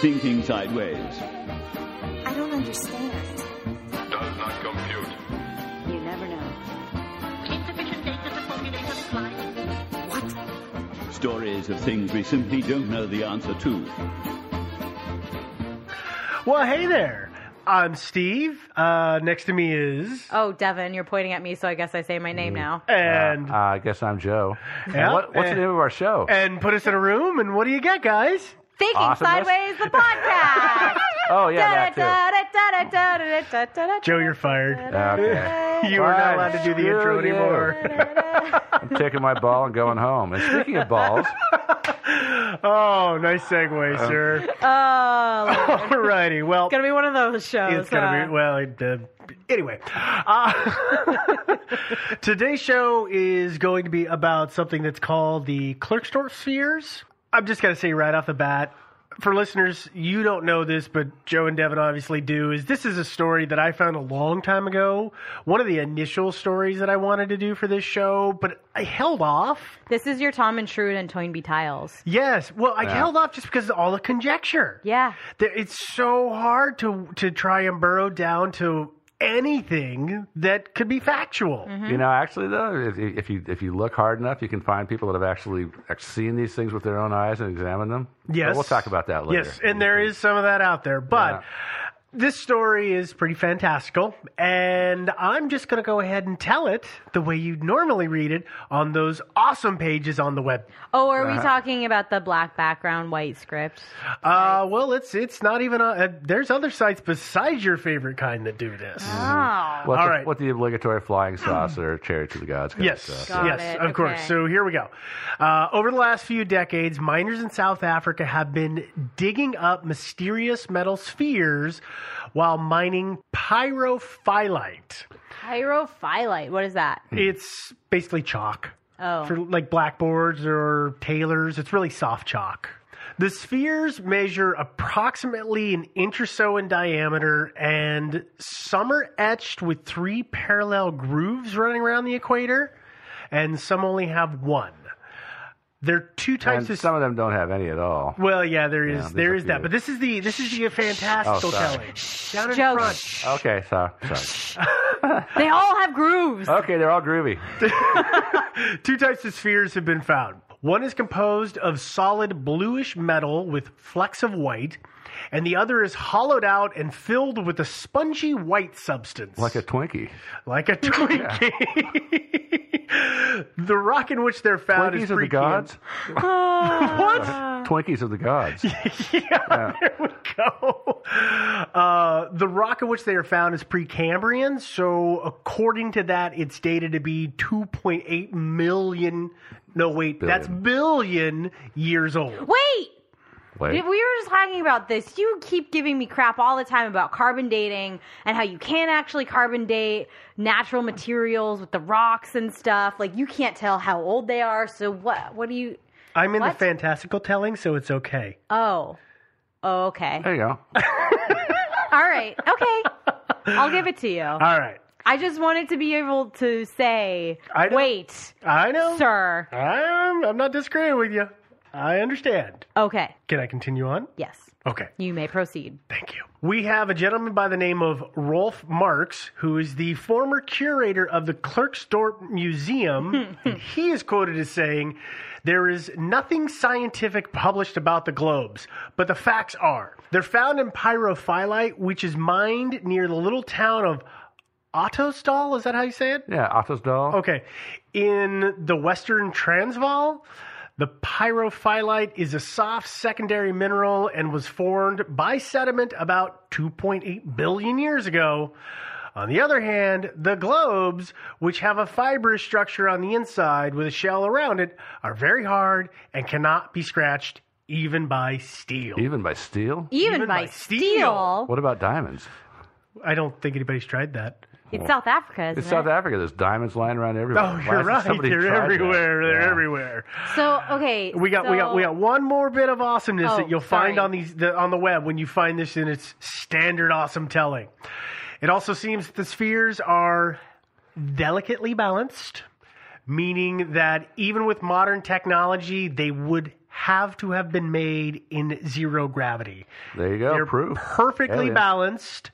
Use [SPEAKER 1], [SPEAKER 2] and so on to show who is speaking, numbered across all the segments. [SPEAKER 1] Thinking sideways.
[SPEAKER 2] I don't understand.
[SPEAKER 3] does not compute.
[SPEAKER 2] You never know.
[SPEAKER 4] insufficient data to formulate a reply.
[SPEAKER 1] Stories of things we simply don't know the answer to.
[SPEAKER 5] Well, hey there. I'm Steve. Uh, next to me is.
[SPEAKER 6] Oh, Devin, you're pointing at me, so I guess I say my name
[SPEAKER 5] Mm-hmm.
[SPEAKER 6] now.
[SPEAKER 5] And
[SPEAKER 7] Uh, I guess I'm Joe.
[SPEAKER 5] Yeah.
[SPEAKER 7] What, what's
[SPEAKER 5] Eh.
[SPEAKER 7] the name of our show?
[SPEAKER 5] and put us in a room, and what do you got, guys?
[SPEAKER 6] Thinking
[SPEAKER 7] Awesomeness?
[SPEAKER 6] Sideways, the podcast.
[SPEAKER 7] Oh yeah, that
[SPEAKER 6] Da-da-da-da-da-da-da-da-da-da-da.
[SPEAKER 5] Joe, you're fired.
[SPEAKER 7] too. Okay.
[SPEAKER 5] You are not
[SPEAKER 7] Fine.
[SPEAKER 5] allowed to do the
[SPEAKER 7] Screw
[SPEAKER 5] intro
[SPEAKER 7] you.
[SPEAKER 5] anymore.
[SPEAKER 7] I'm taking my ball and going home. And speaking of balls,
[SPEAKER 5] oh, nice segue, sir.
[SPEAKER 6] Oh, it's
[SPEAKER 5] Alrighty. Well,
[SPEAKER 6] gonna be one of those shows.
[SPEAKER 5] It's gonna be
[SPEAKER 6] huh?
[SPEAKER 5] well. It, uh, anyway, uh, today's show is going to be about something that's called the Klerksdorf spheres. I'm just gonna say right off the bat. For listeners, you don't know this, but Joe and Devin obviously do. Is this is a story that I found a long time ago? One of the initial stories that I wanted to do for this show, but I held off.
[SPEAKER 6] This is your Tom and Trude and Toynbee Tiles.
[SPEAKER 5] Yes, well, I held off just because of all the conjecture.
[SPEAKER 6] Yeah.
[SPEAKER 5] There, it's so hard to to try and burrow down to anything that could be factual.
[SPEAKER 7] you know, actually though, if, if you if you look hard enough, you can find people that have actually seen these things with their own eyes and examined them. But
[SPEAKER 5] Yes,
[SPEAKER 7] we'll talk about that later.
[SPEAKER 5] Yes, and there is some of that out there, but. This story is pretty fantastical, and I'm just going to go ahead and tell it the way you normally read it on those awesome pages on the web.
[SPEAKER 6] Oh, are
[SPEAKER 5] Uh-huh.
[SPEAKER 6] we talking about the black background, white script?
[SPEAKER 5] Uh, well, it's it's not even on. Uh, there's other sites besides your favorite kind that do this.
[SPEAKER 6] Oh.
[SPEAKER 7] What,
[SPEAKER 5] All
[SPEAKER 7] the,
[SPEAKER 5] right.
[SPEAKER 7] what the obligatory flying saucer, cherry to the gods. kind of
[SPEAKER 5] Yes,
[SPEAKER 7] stuff.
[SPEAKER 5] yes,
[SPEAKER 6] it,
[SPEAKER 5] of course.
[SPEAKER 6] okay.
[SPEAKER 5] So here we go. Uh, over the last few decades, miners in South Africa have been digging up mysterious metal spheres while mining pyrophyllite.
[SPEAKER 6] Pyrophyllite. What is that?
[SPEAKER 5] It's basically chalk
[SPEAKER 6] Oh.
[SPEAKER 5] for like blackboards or tailors. It's really soft chalk. The spheres measure approximately an inch or so in diameter, and some are etched with three parallel grooves running around the equator, and some only have one. There are two
[SPEAKER 7] And
[SPEAKER 5] types of
[SPEAKER 7] some of them don't have any at all.
[SPEAKER 5] well, yeah, there is
[SPEAKER 7] there's
[SPEAKER 5] there
[SPEAKER 7] a
[SPEAKER 5] is that,
[SPEAKER 7] few.
[SPEAKER 5] but this is the this is the fantastical
[SPEAKER 7] Oh, sorry.
[SPEAKER 5] telling down in
[SPEAKER 6] Joe.
[SPEAKER 5] front.
[SPEAKER 7] Okay, so, sorry.
[SPEAKER 6] They all have grooves.
[SPEAKER 7] Okay, they're all groovy.
[SPEAKER 5] Two types of spheres have been found. One is composed of solid bluish metal with flecks of white, and the other is hollowed out and filled with a spongy white substance.
[SPEAKER 7] Like a Twinkie.
[SPEAKER 5] like a Twinkie. the rock in which they're found
[SPEAKER 7] Twinkies
[SPEAKER 5] is
[SPEAKER 7] of the
[SPEAKER 5] freaky
[SPEAKER 7] gods?
[SPEAKER 6] Oh.
[SPEAKER 5] What?
[SPEAKER 7] Twinkies of the gods.
[SPEAKER 5] There we go. Uh, the rock in which they are found is Precambrian, so according to that, it's dated to be 2.8 million. No, wait, that's billion years old.
[SPEAKER 6] Wait.
[SPEAKER 7] Wait.
[SPEAKER 6] If we were just talking about this. You keep giving me crap all the time about carbon dating and how you can't actually carbon date natural materials with the rocks and stuff. Like you can't tell how old they are. So what? What do you?
[SPEAKER 5] I'm in
[SPEAKER 6] What?
[SPEAKER 5] the fantastical telling, so it's okay.
[SPEAKER 6] Oh, oh okay.
[SPEAKER 7] There you go.
[SPEAKER 6] All right. Okay. I'll give it to you.
[SPEAKER 5] All right.
[SPEAKER 6] I just wanted to be able to say,
[SPEAKER 5] I don't-
[SPEAKER 6] wait,
[SPEAKER 5] I know.
[SPEAKER 6] sir.
[SPEAKER 5] I'm, I'm not disagreeing with you. I understand.
[SPEAKER 6] Okay.
[SPEAKER 5] Can I continue on?
[SPEAKER 6] Yes.
[SPEAKER 5] Okay.
[SPEAKER 6] You may proceed.
[SPEAKER 5] Thank you. We have a gentleman by the name of Rolf Marx, who is the former curator of the Klerksdorp Museum. and he is quoted as saying, There is nothing scientific published about the globes, but the facts are they're found in pyrophyllite, which is mined near the little town of Ottostal. Is that how you say it?
[SPEAKER 7] Yeah, Otto's doll.
[SPEAKER 5] Okay. In the Western Transvaal, the pyrophyllite is a soft secondary mineral and was formed by sediment about 2.8 billion years ago. On the other hand, the globes, which have a fibrous structure on the inside with a shell around it, are very hard and cannot be scratched even by steel.
[SPEAKER 7] Even by steel?
[SPEAKER 6] Even,
[SPEAKER 5] Even
[SPEAKER 6] by,
[SPEAKER 5] by
[SPEAKER 6] steel.
[SPEAKER 5] steel.
[SPEAKER 7] What about diamonds?
[SPEAKER 5] I don't think anybody's tried that.
[SPEAKER 6] It's South Africa, isn't
[SPEAKER 7] It's South
[SPEAKER 6] it?
[SPEAKER 7] Africa. There's diamonds lying around everywhere.
[SPEAKER 5] Oh,
[SPEAKER 7] Why
[SPEAKER 5] you're
[SPEAKER 7] hasn't
[SPEAKER 5] right.
[SPEAKER 7] somebody
[SPEAKER 5] They're
[SPEAKER 7] tried that?
[SPEAKER 5] everywhere. They're
[SPEAKER 7] Yeah.
[SPEAKER 5] everywhere.
[SPEAKER 6] So okay,
[SPEAKER 5] We got we got we
[SPEAKER 6] so-
[SPEAKER 5] got one more bit of awesomeness
[SPEAKER 6] Oh,
[SPEAKER 5] that you'll find
[SPEAKER 6] sorry.
[SPEAKER 5] on these the, on the web when you find this in its standard awesome telling. It also seems that the spheres are delicately balanced, meaning that even with modern technology, they would have to have been made in zero gravity.
[SPEAKER 7] There you go.
[SPEAKER 5] They're
[SPEAKER 7] proof. Hell
[SPEAKER 5] perfectly
[SPEAKER 7] yeah.
[SPEAKER 5] balanced.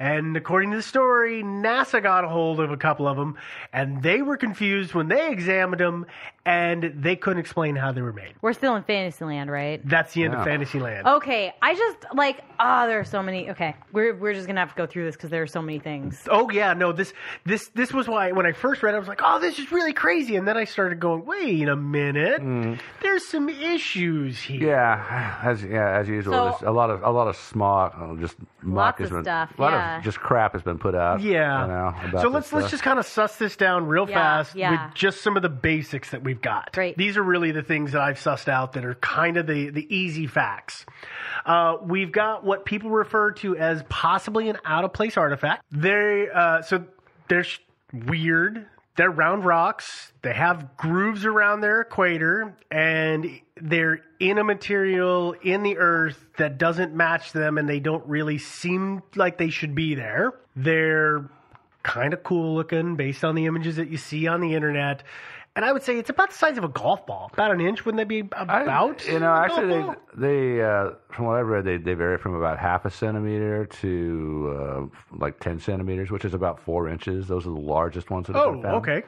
[SPEAKER 5] And according to the story, NASA got a hold of a couple of them, and they were confused when they examined them, and they couldn't explain how they were made.
[SPEAKER 6] We're still in Fantasyland, right?
[SPEAKER 5] That's the end
[SPEAKER 7] Yeah.
[SPEAKER 5] of Fantasyland.
[SPEAKER 6] Okay, I just like ah, there are so many. Okay, we're we're just gonna have to go through this because there are so many things.
[SPEAKER 5] Oh yeah, no this this this was why when I first read it, I was like, oh, this is really crazy, and then I started going, wait a minute,
[SPEAKER 7] Mm.
[SPEAKER 5] there's some issues here.
[SPEAKER 7] Yeah, as yeah as usual,
[SPEAKER 6] So-
[SPEAKER 7] just a lot of a lot of smog, uh, just
[SPEAKER 6] Lots
[SPEAKER 7] muck has
[SPEAKER 6] of
[SPEAKER 7] been
[SPEAKER 6] stuff,
[SPEAKER 7] a lot
[SPEAKER 6] yeah.
[SPEAKER 7] of just crap has been put out.
[SPEAKER 5] Yeah.
[SPEAKER 7] you know, about
[SPEAKER 5] so
[SPEAKER 7] this
[SPEAKER 5] let's let's
[SPEAKER 7] stuff.
[SPEAKER 5] just kind of suss this down real
[SPEAKER 6] Yeah,
[SPEAKER 5] fast
[SPEAKER 6] yeah.
[SPEAKER 5] with just some of the basics that we've got.
[SPEAKER 6] Great.
[SPEAKER 5] These are really the things that I've sussed out that are kind of the the easy facts. Uh, we've got what people refer to as possibly an out of place artifact. They uh, so they're sh- weird. They're round rocks. They have grooves around their equator, and they're in a material in the earth that doesn't match them, and they don't really seem like they should be there. They're kind of cool looking based on the images that you see on the internet. And I would say it's about the size of a golf ball, about an inch. Wouldn't that be
[SPEAKER 7] I-
[SPEAKER 5] about?
[SPEAKER 7] you know,
[SPEAKER 5] a
[SPEAKER 7] actually,
[SPEAKER 5] golf ball?
[SPEAKER 7] they, they uh, from what I've read, they, they vary from about half a centimeter to uh, like ten centimeters, which is about four inches. Those are the largest ones that have
[SPEAKER 5] Oh,
[SPEAKER 7] been found.
[SPEAKER 5] okay.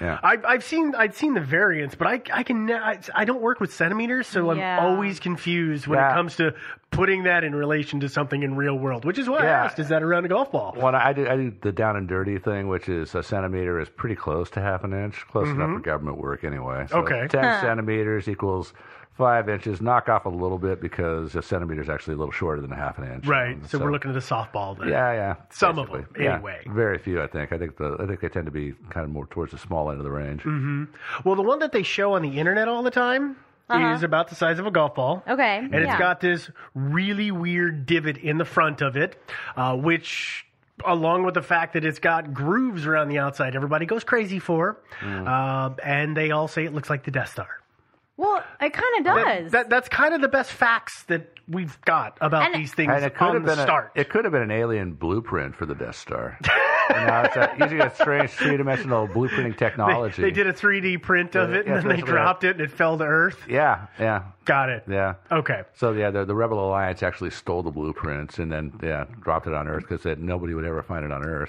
[SPEAKER 7] Yeah.
[SPEAKER 5] I've, I've seen I've seen the variants, but I I can ne- I, I don't work with centimeters, so
[SPEAKER 6] Yeah.
[SPEAKER 5] I'm always confused when
[SPEAKER 7] Yeah.
[SPEAKER 5] it comes to putting that in relation to something in real world. Which is why
[SPEAKER 7] Yeah.
[SPEAKER 5] I asked: Is that around a golf ball?
[SPEAKER 7] Well, I do, I do the down and dirty thing, which is a centimeter is pretty close to half an inch, close enough for government work anyway. So
[SPEAKER 5] Mm-hmm. Okay.
[SPEAKER 7] 10 centimeters equals five inches. Knock off a little bit because a centimeter is actually a little shorter than a half an inch.
[SPEAKER 5] right.
[SPEAKER 7] And
[SPEAKER 5] So, we're looking at a softball. Then.
[SPEAKER 7] Yeah, yeah.
[SPEAKER 5] Some of
[SPEAKER 7] basically.
[SPEAKER 5] them,
[SPEAKER 7] Yeah.
[SPEAKER 5] anyway.
[SPEAKER 7] Very few, I think. I think the I think they tend to be kind of more towards the small end of the range.
[SPEAKER 5] Mm-hmm. Well, the one that they show on the internet all the time is about the size of a golf ball.
[SPEAKER 6] Okay,
[SPEAKER 5] And
[SPEAKER 6] yeah.
[SPEAKER 5] it's got this really weird divot in the front of it, uh, which, along with the fact that it's got grooves around the outside, everybody goes crazy for.
[SPEAKER 7] Mm.
[SPEAKER 5] Um, and they all say it looks like the Death Star.
[SPEAKER 6] well, it kind of
[SPEAKER 5] That-
[SPEAKER 6] does.
[SPEAKER 5] that- that's kind of the best facts that we've got about
[SPEAKER 6] And-
[SPEAKER 5] these things
[SPEAKER 7] And it could
[SPEAKER 5] on
[SPEAKER 7] have
[SPEAKER 5] the
[SPEAKER 7] been
[SPEAKER 5] start.
[SPEAKER 7] A, it could have been an alien blueprint for the Death Star. you know, it's a, using a strange three dimensional blueprinting
[SPEAKER 5] they,
[SPEAKER 7] technology.
[SPEAKER 5] they did a 3D print of
[SPEAKER 7] Yeah,
[SPEAKER 5] it,
[SPEAKER 7] yeah,
[SPEAKER 5] and then they
[SPEAKER 7] that's what I-
[SPEAKER 5] dropped it, and it fell to Earth.
[SPEAKER 7] Yeah, yeah,
[SPEAKER 5] Got it.
[SPEAKER 7] yeah.
[SPEAKER 5] Okay.
[SPEAKER 7] So yeah, the, the Rebel Alliance actually stole the blueprints and then yeah dropped it on Earth because nobody would ever find it on Earth.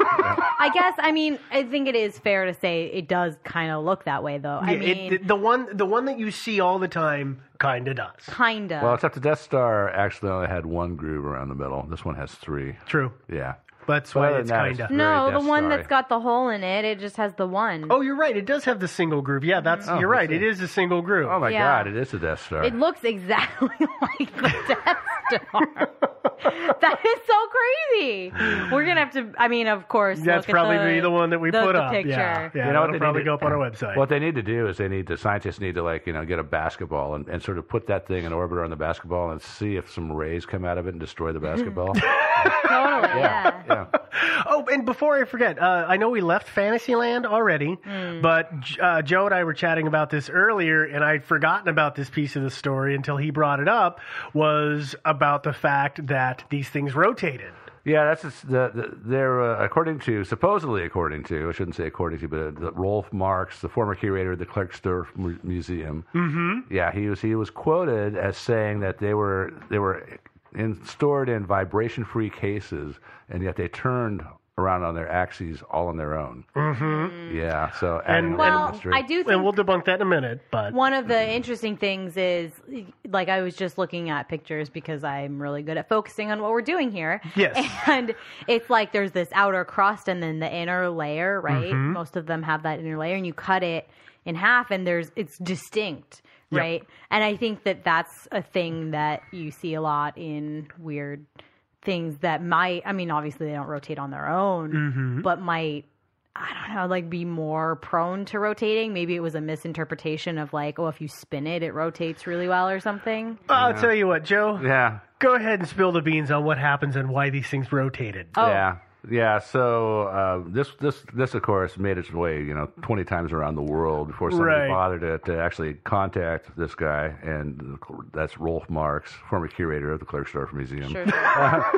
[SPEAKER 6] I guess. I mean, I think it is fair to say it does kind of look that way, though. I
[SPEAKER 5] Yeah, it-
[SPEAKER 6] mean,
[SPEAKER 5] the one, the one that you see all the time, kind of does.
[SPEAKER 6] kind of.
[SPEAKER 7] well, except the Death Star actually only had one groove around the middle. This one has three.
[SPEAKER 5] True.
[SPEAKER 7] Yeah,
[SPEAKER 5] That's
[SPEAKER 7] But
[SPEAKER 5] why
[SPEAKER 7] other
[SPEAKER 5] it's
[SPEAKER 7] than that,
[SPEAKER 5] kind of.
[SPEAKER 7] it's-
[SPEAKER 6] no,
[SPEAKER 7] very
[SPEAKER 6] the
[SPEAKER 7] Death
[SPEAKER 6] one
[SPEAKER 7] Star-y.
[SPEAKER 6] that's got the hole in it. It just has the one.
[SPEAKER 5] Oh, you're right. It does have the single groove. Yeah, that's you're right. It is a single groove.
[SPEAKER 7] Oh my
[SPEAKER 6] Yeah.
[SPEAKER 7] God, it is a Death Star.
[SPEAKER 6] It looks exactly like the Death Star. that is so crazy. We're gonna have to. I mean, of course,
[SPEAKER 5] that's
[SPEAKER 6] look at
[SPEAKER 5] probably the, the one that we
[SPEAKER 6] the-
[SPEAKER 5] put
[SPEAKER 6] the
[SPEAKER 5] up.
[SPEAKER 6] Picture.
[SPEAKER 5] Yeah, yeah.
[SPEAKER 7] You know
[SPEAKER 5] that'll
[SPEAKER 7] what they
[SPEAKER 5] probably
[SPEAKER 7] need to-
[SPEAKER 5] go up on our website.
[SPEAKER 7] What they need to do is they need the scientists need to like you know get a basketball and, and sort of put that thing in orbit around the basketball and see if some rays come out of it and destroy the basketball.
[SPEAKER 6] Totally. yeah.
[SPEAKER 7] yeah, yeah.
[SPEAKER 5] Oh, and before I forget, uh, I know we left Fantasyland already,
[SPEAKER 6] Hmm.
[SPEAKER 5] but uh, Joe and I were chatting about this earlier, and I'd forgotten about this piece of the story until he brought it up. Was about the fact that these things rotated.
[SPEAKER 7] Yeah, that's just the, the they're uh, according to supposedly according to I shouldn't say according to, but uh, the Rolf Marx, the former curator of the Klerksdorf Mu- Museum. Mm-hmm. Yeah, he was he was quoted as saying that they were they were in, stored in vibration-free cases, and yet they turned around on their axes all on their own. Mm-hmm. Yeah, so adding
[SPEAKER 5] And-
[SPEAKER 7] a little
[SPEAKER 6] Well,
[SPEAKER 7] mystery.
[SPEAKER 6] I do think
[SPEAKER 5] And we'll debunk that in a minute, but
[SPEAKER 6] one of the interesting things is, like, I was just looking at pictures because I'm really good at focusing on what we're doing here.
[SPEAKER 5] Yes.
[SPEAKER 6] And it's like there's this outer crust and then the inner layer, right? Most of them have that inner layer, and you cut it in half, and there's it's distinct. Right. And I think that that's a thing that you see a lot in weird things that might i mean obviously they don't rotate on their own but might i don't know like be more prone to rotating maybe it was a misinterpretation of like oh if you spin it it rotates really well or something
[SPEAKER 5] I'll tell you what, Joe.
[SPEAKER 7] Yeah.
[SPEAKER 5] Go ahead and spill the beans on what happens and why these things rotated.
[SPEAKER 6] Oh.
[SPEAKER 7] Yeah. Yeah, so uh, this this this of course made its way, you know, twenty times around the world before
[SPEAKER 5] Right.
[SPEAKER 7] somebody bothered to, to actually contact this guy, and that's Rolf Marx, former curator of the Clerksdorf Museum. Uh,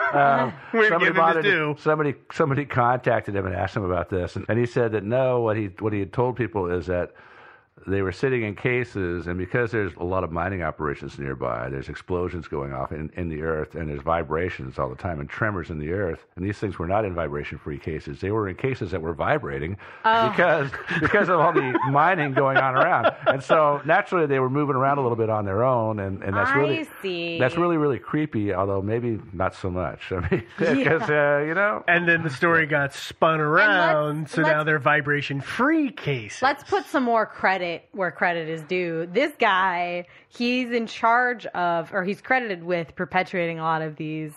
[SPEAKER 7] um,
[SPEAKER 6] Sure.
[SPEAKER 5] We've
[SPEAKER 7] somebody
[SPEAKER 5] given his
[SPEAKER 7] bothered-
[SPEAKER 5] due.
[SPEAKER 7] Somebody somebody contacted him and asked him about this, and, and he said that no, what he what he had told people is that they were sitting in cases, and because there's a lot of mining operations nearby, there's explosions going off in, in the earth, and there's vibrations all the time, and tremors in the earth, and these things were not in vibration-free cases; they were in cases that were vibrating
[SPEAKER 6] Oh.
[SPEAKER 7] because because of all the mining going on around, and so naturally they were moving around a little bit on their own, and, and that's
[SPEAKER 6] I
[SPEAKER 7] really
[SPEAKER 6] see.
[SPEAKER 7] that's really really creepy, although maybe not so much. I mean, because uh, you know,
[SPEAKER 5] And then the story got spun around, so now
[SPEAKER 6] let's-
[SPEAKER 5] they're vibration free cases.
[SPEAKER 6] Let's put some more credit where credit is due. This guy, he's in charge of, or he's credited with perpetuating a lot of these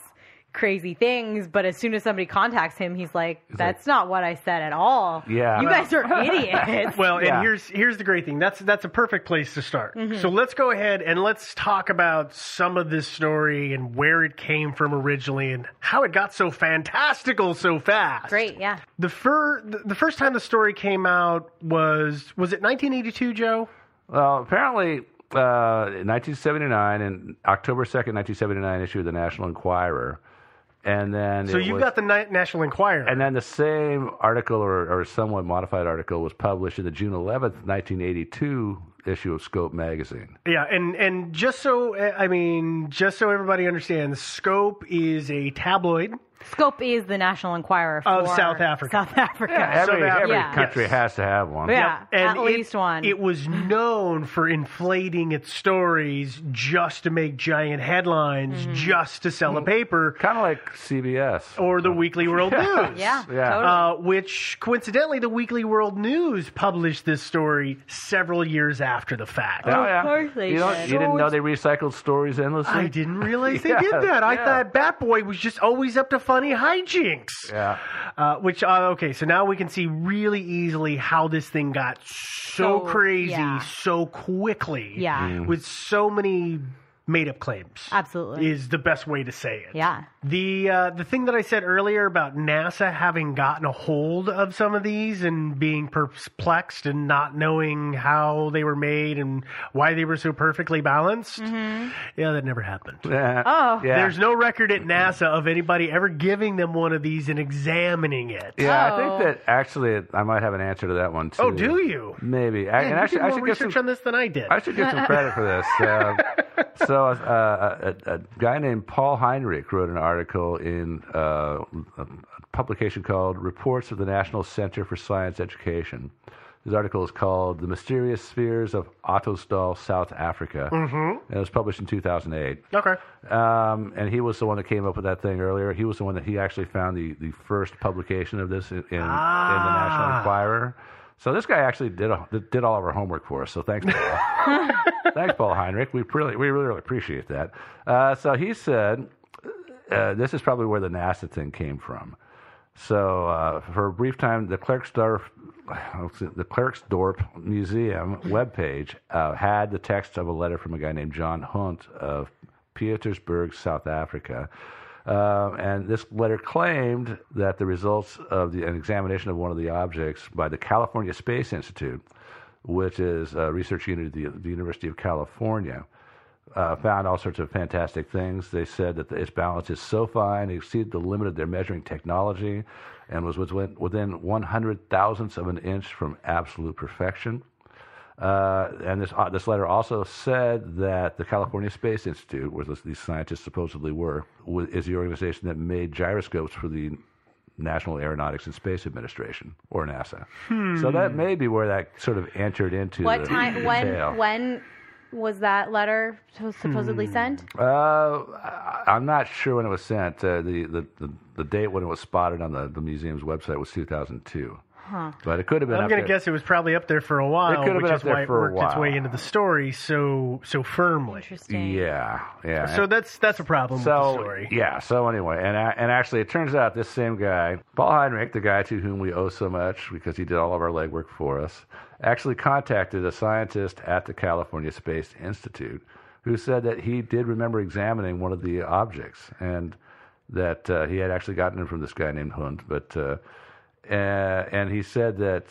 [SPEAKER 6] crazy things. But as soon as somebody contacts him, he's like, "That's not what I said at all.
[SPEAKER 7] Yeah.
[SPEAKER 6] you guys are idiots."
[SPEAKER 5] Well, and
[SPEAKER 7] Yeah.
[SPEAKER 5] here's here's the great thing. That's that's a perfect place to start.
[SPEAKER 6] Mm-hmm.
[SPEAKER 5] So let's go ahead and let's talk about some of this story and where it came from originally and how it got so fantastical so fast.
[SPEAKER 6] Great, yeah.
[SPEAKER 5] The fir- the- the first time the story came out was was it 1982, Joe?
[SPEAKER 7] well, apparently. Uh, in 1979, and October 2nd, 1979, issued the National Enquirer, and then
[SPEAKER 5] So
[SPEAKER 7] it
[SPEAKER 5] you've
[SPEAKER 7] was-
[SPEAKER 5] got the Ni- National Enquirer.
[SPEAKER 7] And then the same article or, or somewhat modified article was published in the June 11th, 1982 issue of Scope magazine.
[SPEAKER 5] Yeah, and and just so uh, I mean, just so everybody understands, Scope is a tabloid.
[SPEAKER 6] Scope is the National Enquirer for
[SPEAKER 5] Of South Africa.
[SPEAKER 6] South Africa.
[SPEAKER 7] Every,
[SPEAKER 5] that-
[SPEAKER 7] every
[SPEAKER 6] Yeah.
[SPEAKER 7] country
[SPEAKER 5] Yes.
[SPEAKER 7] has to have one.
[SPEAKER 6] Yeah,
[SPEAKER 5] And
[SPEAKER 6] at
[SPEAKER 5] it-
[SPEAKER 6] least one.
[SPEAKER 5] It was known for inflating its stories just to make giant headlines,
[SPEAKER 6] Mm-hmm.
[SPEAKER 5] just to sell a
[SPEAKER 6] Mm.
[SPEAKER 5] paper
[SPEAKER 7] Kind of like CBS.
[SPEAKER 5] or the Weekly World News.
[SPEAKER 6] yeah,
[SPEAKER 7] Yeah.
[SPEAKER 6] totally.
[SPEAKER 5] Uh, which coincidentally, the Weekly World News published this story several years after the fact.
[SPEAKER 7] Oh, yeah.
[SPEAKER 6] course they
[SPEAKER 7] you, don't-
[SPEAKER 6] did.
[SPEAKER 7] you didn't know they recycled stories endlessly?
[SPEAKER 5] I didn't realize they
[SPEAKER 7] Yeah,
[SPEAKER 5] did that. I
[SPEAKER 7] yeah.
[SPEAKER 5] thought Batboy was just always up to funny hijinks.
[SPEAKER 7] Yeah.
[SPEAKER 5] Uh, which uh, okay, so now we can see really easily how this thing got so,
[SPEAKER 6] So,
[SPEAKER 5] crazy
[SPEAKER 6] yeah.
[SPEAKER 5] so quickly.
[SPEAKER 6] Yeah.
[SPEAKER 7] Mm.
[SPEAKER 5] with so many made-up claims.
[SPEAKER 6] Absolutely.
[SPEAKER 5] is the best way to say it.
[SPEAKER 6] Yeah.
[SPEAKER 5] The uh, the thing that I said earlier about NASA having gotten a hold of some of these and being perplexed and not knowing how they were made and why they were so perfectly balanced. Yeah, that never happened.
[SPEAKER 7] Mm-hmm. Yeah.
[SPEAKER 6] Oh.
[SPEAKER 7] yeah.
[SPEAKER 5] There's no record at NASA of anybody ever giving them one of these and examining it.
[SPEAKER 7] yeah, I
[SPEAKER 6] Oh.
[SPEAKER 7] think that actually I might have an answer to that one too.
[SPEAKER 5] Oh, do you?
[SPEAKER 7] Maybe.
[SPEAKER 5] Oh,
[SPEAKER 7] I,
[SPEAKER 5] Man,
[SPEAKER 7] and
[SPEAKER 5] you
[SPEAKER 7] actually,
[SPEAKER 5] did
[SPEAKER 7] I
[SPEAKER 5] more
[SPEAKER 7] should get
[SPEAKER 5] research
[SPEAKER 7] some,
[SPEAKER 5] on this than I did.
[SPEAKER 7] I should get some credit for this. Uh, so, uh, a, a, a guy named Paul Heinrich wrote an article in uh, a publication called Reports of the National Center for Science Education. His article is called The Mysterious Spheres of Autostal, South Africa.
[SPEAKER 5] Mm-hmm.
[SPEAKER 7] And it was published in 2008.
[SPEAKER 5] okay.
[SPEAKER 7] Um, and he was the one that came up with that thing earlier. He was the one that he actually found the, the first publication of this in, in, in the National Enquirer. So this guy actually did a, did all of our homework for us. So thanks, Paul. thanks, Paul Heinrich. We really we really, really appreciate that. Uh, so he said, uh, this is probably where the NASA thing came from. So uh, for a brief time, the Clerksdorf, the Clerksdorp Museum webpage uh, had the text of a letter from a guy named John Hunt of Pietersburg, South Africa. Uh, and this letter claimed that the results of the, an examination of one of the objects by the California Space Institute, which is a research unit at the, the University of California, uh, found all sorts of fantastic things. They said that its balance is so fine, it exceeded the limit of their measuring technology, and was within, within 100 thousandths of an inch from absolute perfection. Uh, and this, uh, this letter also said that the California Space Institute, where this- these scientists supposedly were, wa- is the organization that made gyroscopes for the National Aeronautics and Space Administration, or NASA. So that may be where that sort of entered into
[SPEAKER 6] what
[SPEAKER 7] the
[SPEAKER 6] time?
[SPEAKER 7] the
[SPEAKER 6] When?
[SPEAKER 7] tale.
[SPEAKER 6] When was that letter supposedly
[SPEAKER 5] Hmm.
[SPEAKER 6] sent?
[SPEAKER 7] Uh, I- I'm not sure when it was sent. Uh, the, the, the, the date when it was spotted on the, the museum's website was 2002. But it could have been.
[SPEAKER 5] I'm
[SPEAKER 7] up
[SPEAKER 5] going to
[SPEAKER 7] there.
[SPEAKER 5] guess it was probably up there for a while,
[SPEAKER 7] could've
[SPEAKER 5] which
[SPEAKER 7] been up
[SPEAKER 5] is why
[SPEAKER 7] there
[SPEAKER 5] it
[SPEAKER 7] for a
[SPEAKER 5] worked its way
[SPEAKER 7] while.
[SPEAKER 5] into the story so so firmly.
[SPEAKER 6] Interesting.
[SPEAKER 7] Yeah, yeah.
[SPEAKER 5] So that's that's a problem with the story.
[SPEAKER 7] yeah. So anyway, and a- and actually, it turns out this same guy, Paul Heinrich, the guy to whom we owe so much because he did all of our legwork for us, actually contacted a scientist at the California Space Institute, who said that he did remember examining one of the objects and that uh, he had actually gotten it from this guy named Hunt, but. Uh, uh, and he said that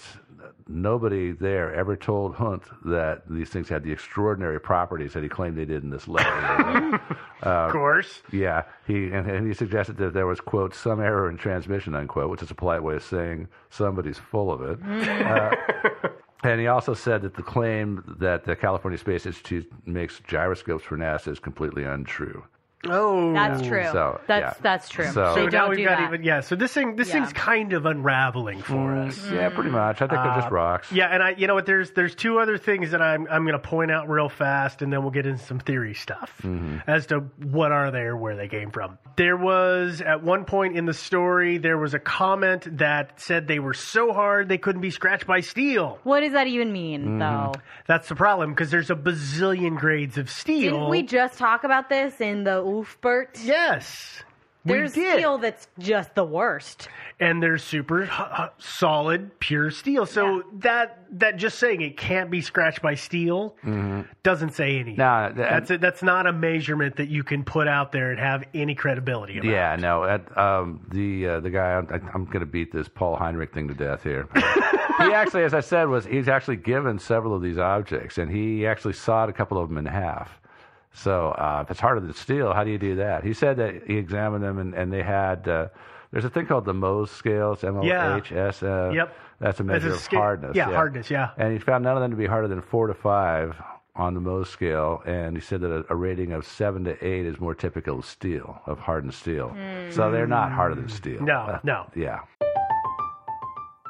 [SPEAKER 7] nobody there ever told Hunt that these things had the extraordinary properties that he claimed they did in this letter. uh,
[SPEAKER 5] of course.
[SPEAKER 7] Yeah, he and, and he suggested that there was quote some error in transmission unquote, which is a polite way of saying somebody's full of it. Uh,
[SPEAKER 5] Mm.
[SPEAKER 7] and he also said that the claim that the California Space Institute makes gyroscopes for NASA is completely untrue.
[SPEAKER 5] Oh,
[SPEAKER 6] That's true.
[SPEAKER 7] So,
[SPEAKER 6] that's
[SPEAKER 7] yeah.
[SPEAKER 6] that's true.
[SPEAKER 5] So
[SPEAKER 7] So-
[SPEAKER 6] They
[SPEAKER 5] now
[SPEAKER 6] don't
[SPEAKER 5] we've
[SPEAKER 6] do
[SPEAKER 5] got
[SPEAKER 6] that.
[SPEAKER 5] even yeah. So this thing this
[SPEAKER 6] Yeah.
[SPEAKER 5] thing's kind of unraveling for us.
[SPEAKER 7] Yeah, pretty much. I think they're just rocks.
[SPEAKER 5] Uh, Yeah, and I you know what? There's there's two other things that I'm I'm going to point out real fast, and then we'll get into some theory stuff
[SPEAKER 7] Mm-hmm.
[SPEAKER 5] as to what are they or where they came from. There was at one point in the story there was a comment that said they were so hard they couldn't be scratched by steel.
[SPEAKER 6] What does that even
[SPEAKER 5] Mm-hmm.
[SPEAKER 6] mean, though?
[SPEAKER 5] That's the problem because there's a bazillion grades of steel.
[SPEAKER 6] Didn't we just talk about this in the Oofbert?
[SPEAKER 5] yes.
[SPEAKER 6] There's
[SPEAKER 5] we did.
[SPEAKER 6] steel that's just the worst.
[SPEAKER 5] and they're super h- h- solid, pure steel. So that that just saying it can't be scratched by steel
[SPEAKER 7] Mm-hmm.
[SPEAKER 5] doesn't say anything.
[SPEAKER 7] No, th-
[SPEAKER 5] that's it. That's not a measurement that you can put out there and have any credibility. About.
[SPEAKER 7] Yeah, no. At, um, the uh, the guy, I'm, I'm going to beat this Paul Heinrich thing to death here. he actually, as I said, was he's actually given several of these objects, and he actually sawed a couple of them in half. So uh, if it's harder than steel, how do you do that? He said that he examined them, and, and they had uh, there's a thing called the Mohs scales, M O H S. uh,
[SPEAKER 5] Yep.
[SPEAKER 7] That's a
[SPEAKER 5] That's a
[SPEAKER 7] measure of
[SPEAKER 5] scale-
[SPEAKER 7] hardness.
[SPEAKER 5] yeah, hardness, yeah.
[SPEAKER 7] And he found none of them to be harder than four to five on the Mohs scale, and he said that a, a rating of seven to eight is more typical of steel, of hardened steel.
[SPEAKER 6] Hmm.
[SPEAKER 7] So they're not harder than steel.
[SPEAKER 5] No,
[SPEAKER 7] Uh,
[SPEAKER 5] no.
[SPEAKER 7] Yeah.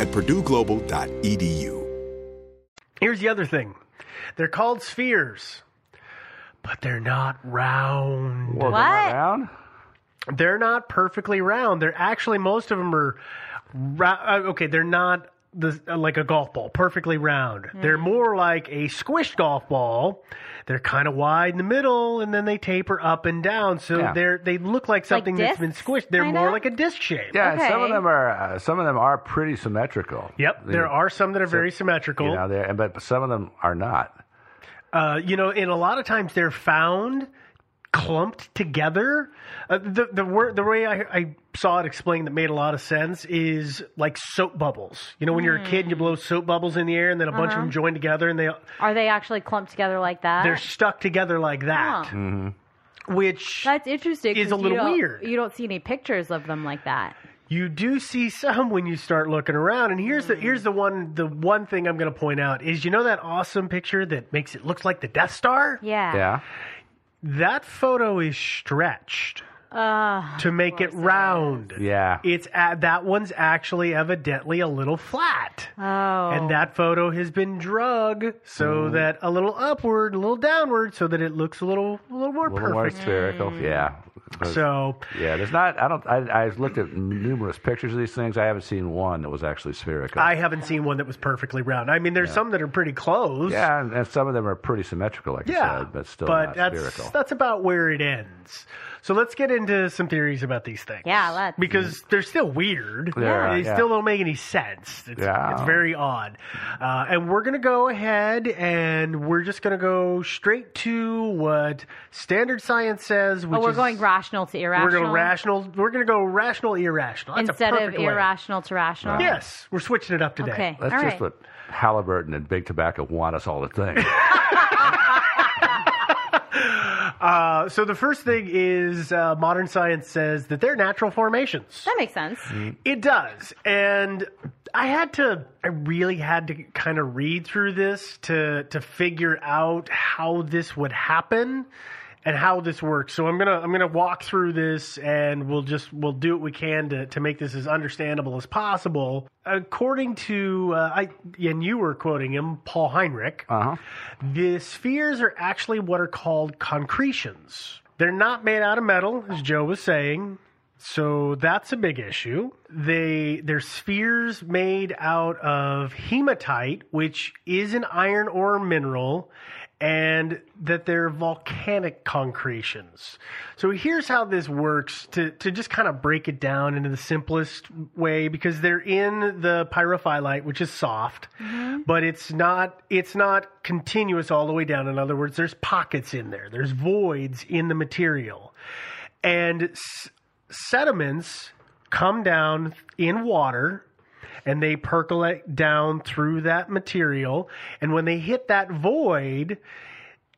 [SPEAKER 8] at purdueglobal.edu.
[SPEAKER 5] Here's the other thing: they're called spheres, but they're not round.
[SPEAKER 7] Well, they're
[SPEAKER 6] What?
[SPEAKER 7] not round?
[SPEAKER 5] They're not perfectly round. They're actually most of them are. Ra- uh, okay, they're not the uh, like a golf ball, perfectly round.
[SPEAKER 6] Hmm.
[SPEAKER 5] They're more like a squished golf ball. They're kind of wide in the middle, and then they taper up and down. So
[SPEAKER 7] Yeah.
[SPEAKER 5] they're they look like something that's been
[SPEAKER 6] discs,
[SPEAKER 5] squished. They're
[SPEAKER 6] kinda?
[SPEAKER 5] more like a disc shape.
[SPEAKER 7] Yeah, and some of
[SPEAKER 6] Okay.
[SPEAKER 7] them are uh, some of them are pretty symmetrical.
[SPEAKER 5] Yep.
[SPEAKER 7] They-
[SPEAKER 5] There are some that are very symmetrical.
[SPEAKER 7] you know there, and but some of them are not.
[SPEAKER 5] uh, you know, and a lot of times they're found clumped together. Uh, the the word the way I, I saw it explained that made a lot of sense is like soap bubbles. You know, when you're a kid and you blow soap bubbles in the air, and then a bunch of them join together, and they
[SPEAKER 6] Are they actually clumped together like that?
[SPEAKER 5] they're stuck together like that, which
[SPEAKER 6] That's interesting.
[SPEAKER 5] Is
[SPEAKER 6] 'cause
[SPEAKER 5] a
[SPEAKER 6] you
[SPEAKER 5] little
[SPEAKER 6] don't-
[SPEAKER 5] weird.
[SPEAKER 6] You don't see any pictures of them like that.
[SPEAKER 5] you do see some when you start looking around. And here's the here's the one the one thing I'm going to point out is you know that awesome picture that makes it look like the Death Star.
[SPEAKER 6] Yeah.
[SPEAKER 7] Yeah.
[SPEAKER 5] That photo is stretched.
[SPEAKER 6] Uh,
[SPEAKER 5] to make it round.
[SPEAKER 7] Yeah.
[SPEAKER 5] It's at, that one's actually evidently a little flat.
[SPEAKER 6] oh.
[SPEAKER 5] And that photo has been drug so
[SPEAKER 7] Mm-hmm.
[SPEAKER 5] that a little upward, a little downward, so that it looks a little, a little more
[SPEAKER 7] A little more
[SPEAKER 5] perfect.
[SPEAKER 7] spherical.
[SPEAKER 6] Mm.
[SPEAKER 7] Yeah.
[SPEAKER 5] So
[SPEAKER 7] yeah, there's not. I don't. I, I've looked at numerous pictures of these things. I haven't seen one that was actually spherical.
[SPEAKER 5] I haven't seen one that was perfectly round. I mean, there's some that are pretty close.
[SPEAKER 7] yeah, and, and some of them are pretty symmetrical, like I
[SPEAKER 5] Yeah,
[SPEAKER 7] said, but still not
[SPEAKER 5] that's
[SPEAKER 7] spherical.
[SPEAKER 5] that's about where it ends. So let's get into some theories about these things.
[SPEAKER 6] Yeah, let's.
[SPEAKER 5] because they're still weird.
[SPEAKER 7] Yeah,
[SPEAKER 5] they
[SPEAKER 7] yeah.
[SPEAKER 5] still don't make any sense. It's,
[SPEAKER 7] Yeah.
[SPEAKER 5] it's very odd. Uh, and we're gonna go ahead and we're just gonna go straight to what standard science says. Which
[SPEAKER 6] oh, we're
[SPEAKER 5] is,
[SPEAKER 6] going rational to irrational.
[SPEAKER 5] We're gonna rational. We're gonna go rational, irrational. That's a
[SPEAKER 6] instead of
[SPEAKER 5] perfect way.
[SPEAKER 6] irrational to rational.
[SPEAKER 5] Yes, we're switching it up today.
[SPEAKER 6] Okay.
[SPEAKER 7] Uh, That's
[SPEAKER 6] All right.
[SPEAKER 7] just what Halliburton and Big Tobacco want us all to think.
[SPEAKER 5] Uh, so the first thing is uh, modern science says that they're natural formations.
[SPEAKER 6] That makes sense.
[SPEAKER 5] It does. And I had to I really had to kind of read through this to to figure out how this would happen and how this works. So I'm going to I'm going to walk through this and we'll just we'll do what we can to to make this as understandable as possible. According to uh, I and you were quoting him Paul Heinrich.
[SPEAKER 7] Uh-huh.
[SPEAKER 5] The spheres are actually what are called concretions. They're not made out of metal, as Joe was saying. So that's a big issue. They they're spheres made out of hematite, which is an iron ore mineral, and that they're volcanic concretions. So here's how this works to, to just kind of break it down into the simplest way because they're in the pyrophyllite, which is soft, but it's not it's not continuous all the way down. In other words, there's pockets in there. There's voids in the material. And s- sediments come down in water and they percolate down through that material. And when they hit that void,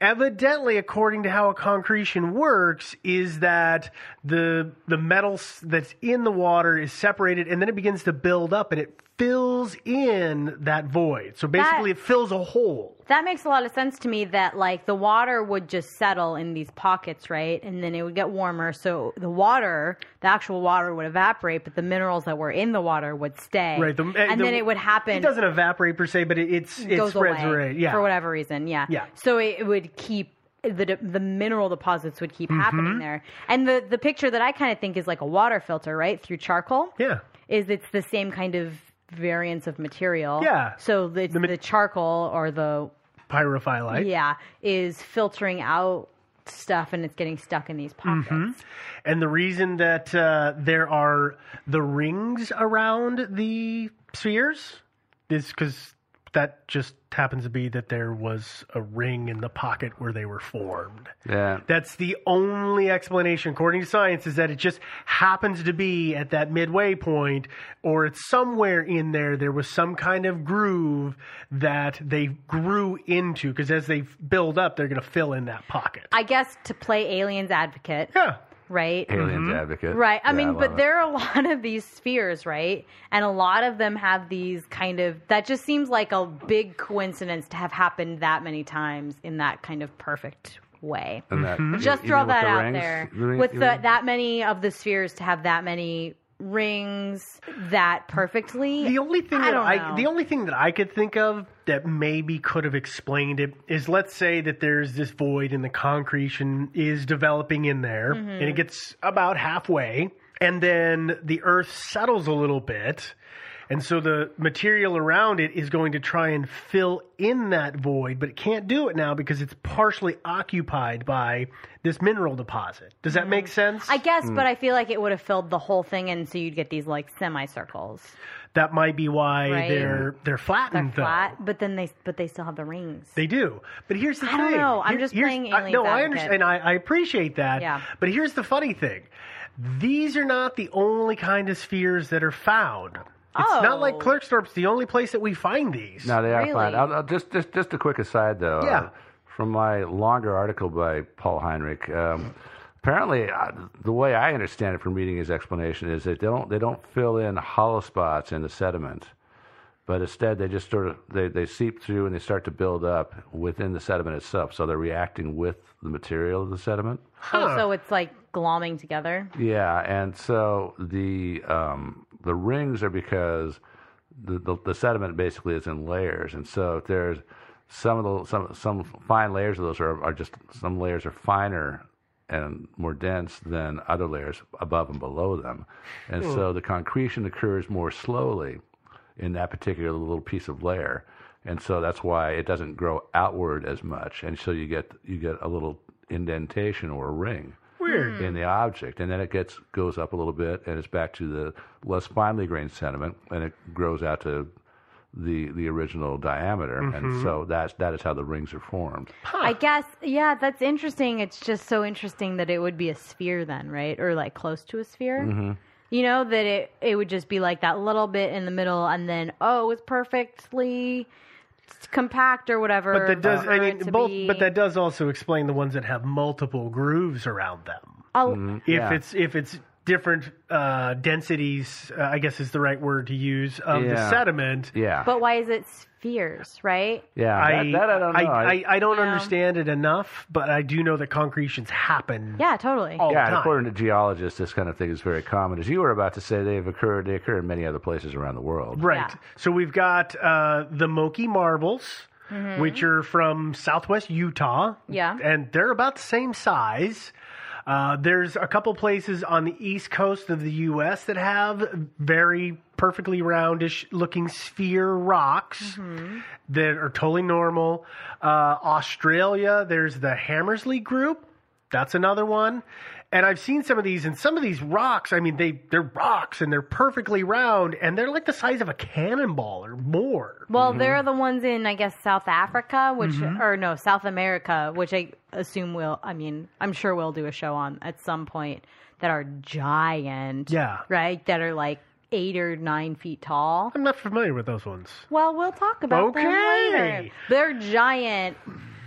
[SPEAKER 5] evidently, according to how a concretion works, is that the the metal s- that's in the water is separated, and then it begins to build up, and it fills in that void. So basically,
[SPEAKER 6] That-
[SPEAKER 5] it fills a hole.
[SPEAKER 6] That makes a lot of sense to me that like the water would just settle in these pockets, right? And then it would get warmer. So the water, the actual water would evaporate, but the minerals that were in the water would stay.
[SPEAKER 5] Right, the-
[SPEAKER 6] and
[SPEAKER 5] the-
[SPEAKER 6] then it would happen.
[SPEAKER 5] It doesn't evaporate per se, but it, it's it
[SPEAKER 6] goes
[SPEAKER 5] spreads
[SPEAKER 6] away
[SPEAKER 5] around. Yeah,
[SPEAKER 6] for whatever reason. Yeah.
[SPEAKER 5] Yeah.
[SPEAKER 6] So it, it would keep the the mineral deposits would
[SPEAKER 5] Mm-hmm.
[SPEAKER 6] keep happening there. And the the picture that I kind of think is like a water filter, right, through charcoal.
[SPEAKER 5] Yeah.
[SPEAKER 6] Is it's the same kind of variance of material.
[SPEAKER 5] Yeah.
[SPEAKER 6] So the
[SPEAKER 5] The ma-
[SPEAKER 6] the charcoal or the
[SPEAKER 5] pyrophyllite.
[SPEAKER 6] yeah is filtering out stuff and it's getting stuck in these pockets.
[SPEAKER 5] Mm-hmm. And the reason that uh, there are the rings around the spheres is because that just happens to be that there was a ring in the pocket where they were formed.
[SPEAKER 7] Yeah.
[SPEAKER 5] That's the only explanation, according to science, is that it just happens to be at that midway point, or it's somewhere in there. There was some kind of groove that they grew into, because as they build up, they're going to fill in that pocket.
[SPEAKER 6] I guess to play aliens advocate,
[SPEAKER 5] yeah.
[SPEAKER 6] right?
[SPEAKER 5] Mm-hmm.
[SPEAKER 7] Aliens advocate.
[SPEAKER 6] Right. I
[SPEAKER 7] Yeah,
[SPEAKER 6] mean,
[SPEAKER 7] love
[SPEAKER 6] but
[SPEAKER 7] it.
[SPEAKER 6] there are a lot of these spheres, right? And a lot of them have these kind of that just seems like a big coincidence to have happened that many times in that kind of perfect way.
[SPEAKER 7] And that-
[SPEAKER 5] Mm-hmm.
[SPEAKER 7] you-
[SPEAKER 6] Just
[SPEAKER 7] you
[SPEAKER 6] throw
[SPEAKER 7] mean with
[SPEAKER 6] that
[SPEAKER 7] the
[SPEAKER 6] out
[SPEAKER 7] rings?
[SPEAKER 6] there.
[SPEAKER 7] You mean-
[SPEAKER 6] With
[SPEAKER 7] you
[SPEAKER 6] the,
[SPEAKER 7] mean-
[SPEAKER 6] that many of the spheres to have that many rings that perfectly.
[SPEAKER 5] The only thing
[SPEAKER 6] I
[SPEAKER 5] that
[SPEAKER 6] don't
[SPEAKER 5] I
[SPEAKER 6] know.
[SPEAKER 5] the only thing that I could think of that maybe could have explained it is let's say that there's this void and the concretion is developing in there
[SPEAKER 6] Mm-hmm.
[SPEAKER 5] and it gets about halfway and then the earth settles a little bit and so the material around it is going to try and fill in that void but it can't do it now because it's partially occupied by this mineral deposit. Does that make sense?
[SPEAKER 6] Mm-hmm. I guess, but I feel like it would have filled the whole thing in, so you'd get these like semicircles.
[SPEAKER 5] that might be why
[SPEAKER 6] Right.
[SPEAKER 5] they're they're
[SPEAKER 6] They're
[SPEAKER 5] flattened though.
[SPEAKER 6] flat, but then they but they still have the rings.
[SPEAKER 5] They do, but here's the
[SPEAKER 6] I
[SPEAKER 5] thing.
[SPEAKER 6] don't know. I'm
[SPEAKER 5] Here-
[SPEAKER 6] just
[SPEAKER 5] here's-
[SPEAKER 6] playing
[SPEAKER 5] I-
[SPEAKER 6] Aliens
[SPEAKER 5] No, I
[SPEAKER 6] Advocate.
[SPEAKER 5] understand. I, I appreciate that.
[SPEAKER 6] Yeah.
[SPEAKER 5] But here's the funny thing: these are not the only kind of spheres that are found. It's not like
[SPEAKER 6] Oh.
[SPEAKER 5] Clerkstorp's the only place that we find these.
[SPEAKER 7] No, they are fine.
[SPEAKER 6] Really?
[SPEAKER 7] I'll, I'll just, just, just a quick aside, though. Uh,
[SPEAKER 5] Yeah.
[SPEAKER 7] from my longer article by Paul Heinrich, um, apparently uh, the way I understand it from reading his explanation is they don't they don't fill in hollow spots in the sediment. But instead, they just sort of they, they seep through and they start to build up within the sediment itself. So they're reacting with the material of the sediment.
[SPEAKER 6] Oh, so it's like glomming together.
[SPEAKER 7] Yeah, and so the um, the rings are because the, the the sediment basically is in layers, and so if there's some of the some some fine layers of those are are just some layers are finer and more dense than other layers above and below them, and so the concretion occurs more slowly in that particular little piece of layer, and so that's why it doesn't grow outward as much, and so you get you get a little indentation or a ring
[SPEAKER 5] Weird.
[SPEAKER 7] in the object, and then it gets goes up a little bit, and it's back to the less finely grained sediment, and it grows out to the the original diameter, and
[SPEAKER 5] Mm-hmm.
[SPEAKER 7] so that's that is how the rings are formed.
[SPEAKER 6] Hmm. I guess, yeah, that's interesting. It's just so interesting that it would be a sphere then, right? Or like close to a sphere.
[SPEAKER 5] Mm-hmm.
[SPEAKER 6] You know, that it, it would just be like that little bit in the middle and then, oh, it's perfectly compact or whatever.
[SPEAKER 5] But that does.
[SPEAKER 6] for
[SPEAKER 5] I
[SPEAKER 6] it
[SPEAKER 5] mean,
[SPEAKER 6] to
[SPEAKER 5] both.
[SPEAKER 6] be-
[SPEAKER 5] But that does also explain the ones that have multiple grooves around them.
[SPEAKER 6] Oh,
[SPEAKER 5] If it's if it's different uh, densities, uh, I guess is the right word to use of the
[SPEAKER 7] Yeah.
[SPEAKER 5] sediment.
[SPEAKER 7] Yeah,
[SPEAKER 6] But why is it spheres, right?
[SPEAKER 7] yeah.
[SPEAKER 5] I,
[SPEAKER 7] that, that I don't know.
[SPEAKER 5] I,
[SPEAKER 7] I-
[SPEAKER 5] I, don't understand it enough, but I do know that concretions happen.
[SPEAKER 6] Yeah, totally.
[SPEAKER 5] all
[SPEAKER 7] yeah,
[SPEAKER 5] the
[SPEAKER 7] and
[SPEAKER 5] time.
[SPEAKER 7] according to geologists, this kind of thing is very common. As you were about to say, they've occurred. They occur in many other places around the world.
[SPEAKER 5] Right.
[SPEAKER 6] Yeah.
[SPEAKER 5] So we've got uh, the Moki marbles,
[SPEAKER 6] Mm-hmm.
[SPEAKER 5] which are from southwest Utah.
[SPEAKER 6] Yeah.
[SPEAKER 5] And they're about the same size. Uh, there's a couple places on the east coast of the U.S. that have very perfectly roundish looking sphere rocks that are totally normal. Uh, Australia, there's the Hammersley group. That's another one. And I've seen some of these, and some of these rocks, I mean, they, they're rocks and they're perfectly round, and they're like the size of a cannonball or more.
[SPEAKER 6] Well, there are the ones in, I guess, South Africa, which,
[SPEAKER 5] Mm-hmm.
[SPEAKER 6] or no, South America, which I assume will, I mean, I'm sure we'll do a show on at some point that are giant.
[SPEAKER 5] Yeah.
[SPEAKER 6] Right? That are like eight or nine feet tall.
[SPEAKER 5] I'm not familiar with those ones.
[SPEAKER 6] Well, we'll talk about them later.
[SPEAKER 5] Okay.
[SPEAKER 6] They're giant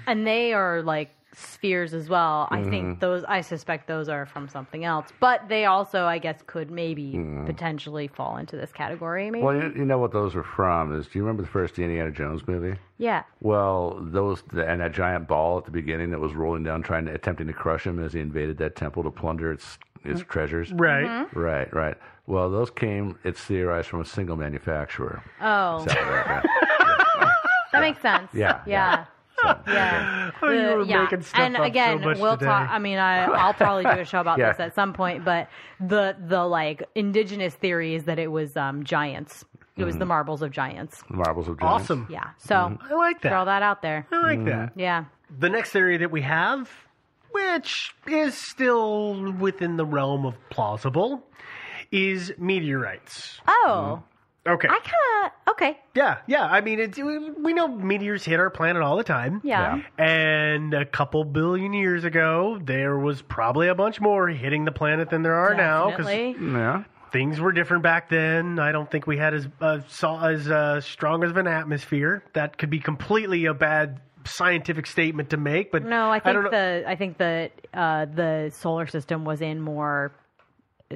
[SPEAKER 6] and they are like spheres as well. I
[SPEAKER 5] Mm-hmm.
[SPEAKER 6] think those, I suspect those are from something else, but they also, I guess, could maybe
[SPEAKER 5] Mm-hmm.
[SPEAKER 6] potentially fall into this category, maybe.
[SPEAKER 7] Well, you, you know what those are from? Is do you remember the first Indiana Jones movie?
[SPEAKER 6] yeah.
[SPEAKER 7] Well, those and that giant ball at the beginning that was rolling down, trying to attempting to crush him as he invaded that temple to plunder its its treasures.
[SPEAKER 5] Right.
[SPEAKER 7] Right, right. Well, those came. It's theorized from a single manufacturer.
[SPEAKER 6] Oh.
[SPEAKER 7] South Africa.
[SPEAKER 6] That makes sense.
[SPEAKER 7] Yeah,
[SPEAKER 6] Yeah.
[SPEAKER 7] So,
[SPEAKER 6] Yeah.
[SPEAKER 5] Oh, you
[SPEAKER 6] The-
[SPEAKER 5] were making stuff
[SPEAKER 6] and
[SPEAKER 5] up so
[SPEAKER 6] again,
[SPEAKER 5] much
[SPEAKER 6] we'll
[SPEAKER 5] today.
[SPEAKER 6] talk. I mean, I, I'll probably do a show about
[SPEAKER 7] Yeah.
[SPEAKER 6] this at some point, but the the like indigenous theory is that it was um, giants. It was the
[SPEAKER 7] Mm.
[SPEAKER 6] marbles of giants.
[SPEAKER 7] the marbles of giants.
[SPEAKER 5] Awesome.
[SPEAKER 6] Yeah. So
[SPEAKER 7] Mm.
[SPEAKER 5] I like that.
[SPEAKER 6] throw that out there.
[SPEAKER 5] I like that.
[SPEAKER 6] Yeah.
[SPEAKER 5] The next theory that we have, which is still within the realm of plausible, is meteorites.
[SPEAKER 7] Mm.
[SPEAKER 6] Oh,
[SPEAKER 5] Okay.
[SPEAKER 6] I kind of okay.
[SPEAKER 5] yeah, yeah. I mean, it's, we we know meteors hit our planet all the time.
[SPEAKER 6] Yeah.
[SPEAKER 7] Yeah.
[SPEAKER 5] And a couple billion years ago, there was probably a bunch more hitting the planet than there are now
[SPEAKER 6] Definitely.
[SPEAKER 7] Yeah.
[SPEAKER 5] because things were different back then. I don't think we had as uh, saw as uh, strong of an atmosphere. That could be completely a bad scientific statement to make, but
[SPEAKER 6] No, I think
[SPEAKER 5] don't know.
[SPEAKER 6] the I think the uh, the solar system was in more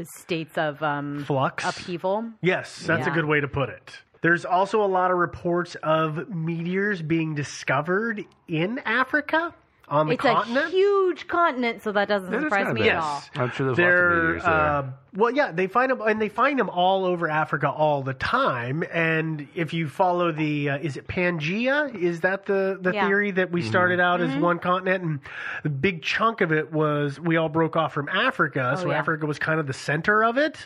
[SPEAKER 6] states of um,
[SPEAKER 5] Flux?
[SPEAKER 6] upheaval.
[SPEAKER 5] Yes, that's a
[SPEAKER 6] Yeah.
[SPEAKER 5] good way to put it. There's also a lot of reports of meteors being discovered in Africa on the
[SPEAKER 6] it's
[SPEAKER 5] continent.
[SPEAKER 6] a huge continent, so that doesn't
[SPEAKER 7] It is
[SPEAKER 6] surprise
[SPEAKER 7] kinda
[SPEAKER 6] me
[SPEAKER 7] big.
[SPEAKER 6] at all.
[SPEAKER 7] I'm sure there's
[SPEAKER 5] They're,
[SPEAKER 7] lots of meteors there.
[SPEAKER 5] uh, well, yeah, they find them, and they find them all over Africa all the time. And if you follow the, uh, is it Pangea? Is that the the
[SPEAKER 6] Yeah. Mm-hmm.
[SPEAKER 5] theory that
[SPEAKER 7] Mm-hmm.
[SPEAKER 5] we started out as one continent, and the big chunk of it was we all broke off from Africa, so
[SPEAKER 6] Oh, yeah. Mm-hmm.
[SPEAKER 5] Africa was kind of the center of it.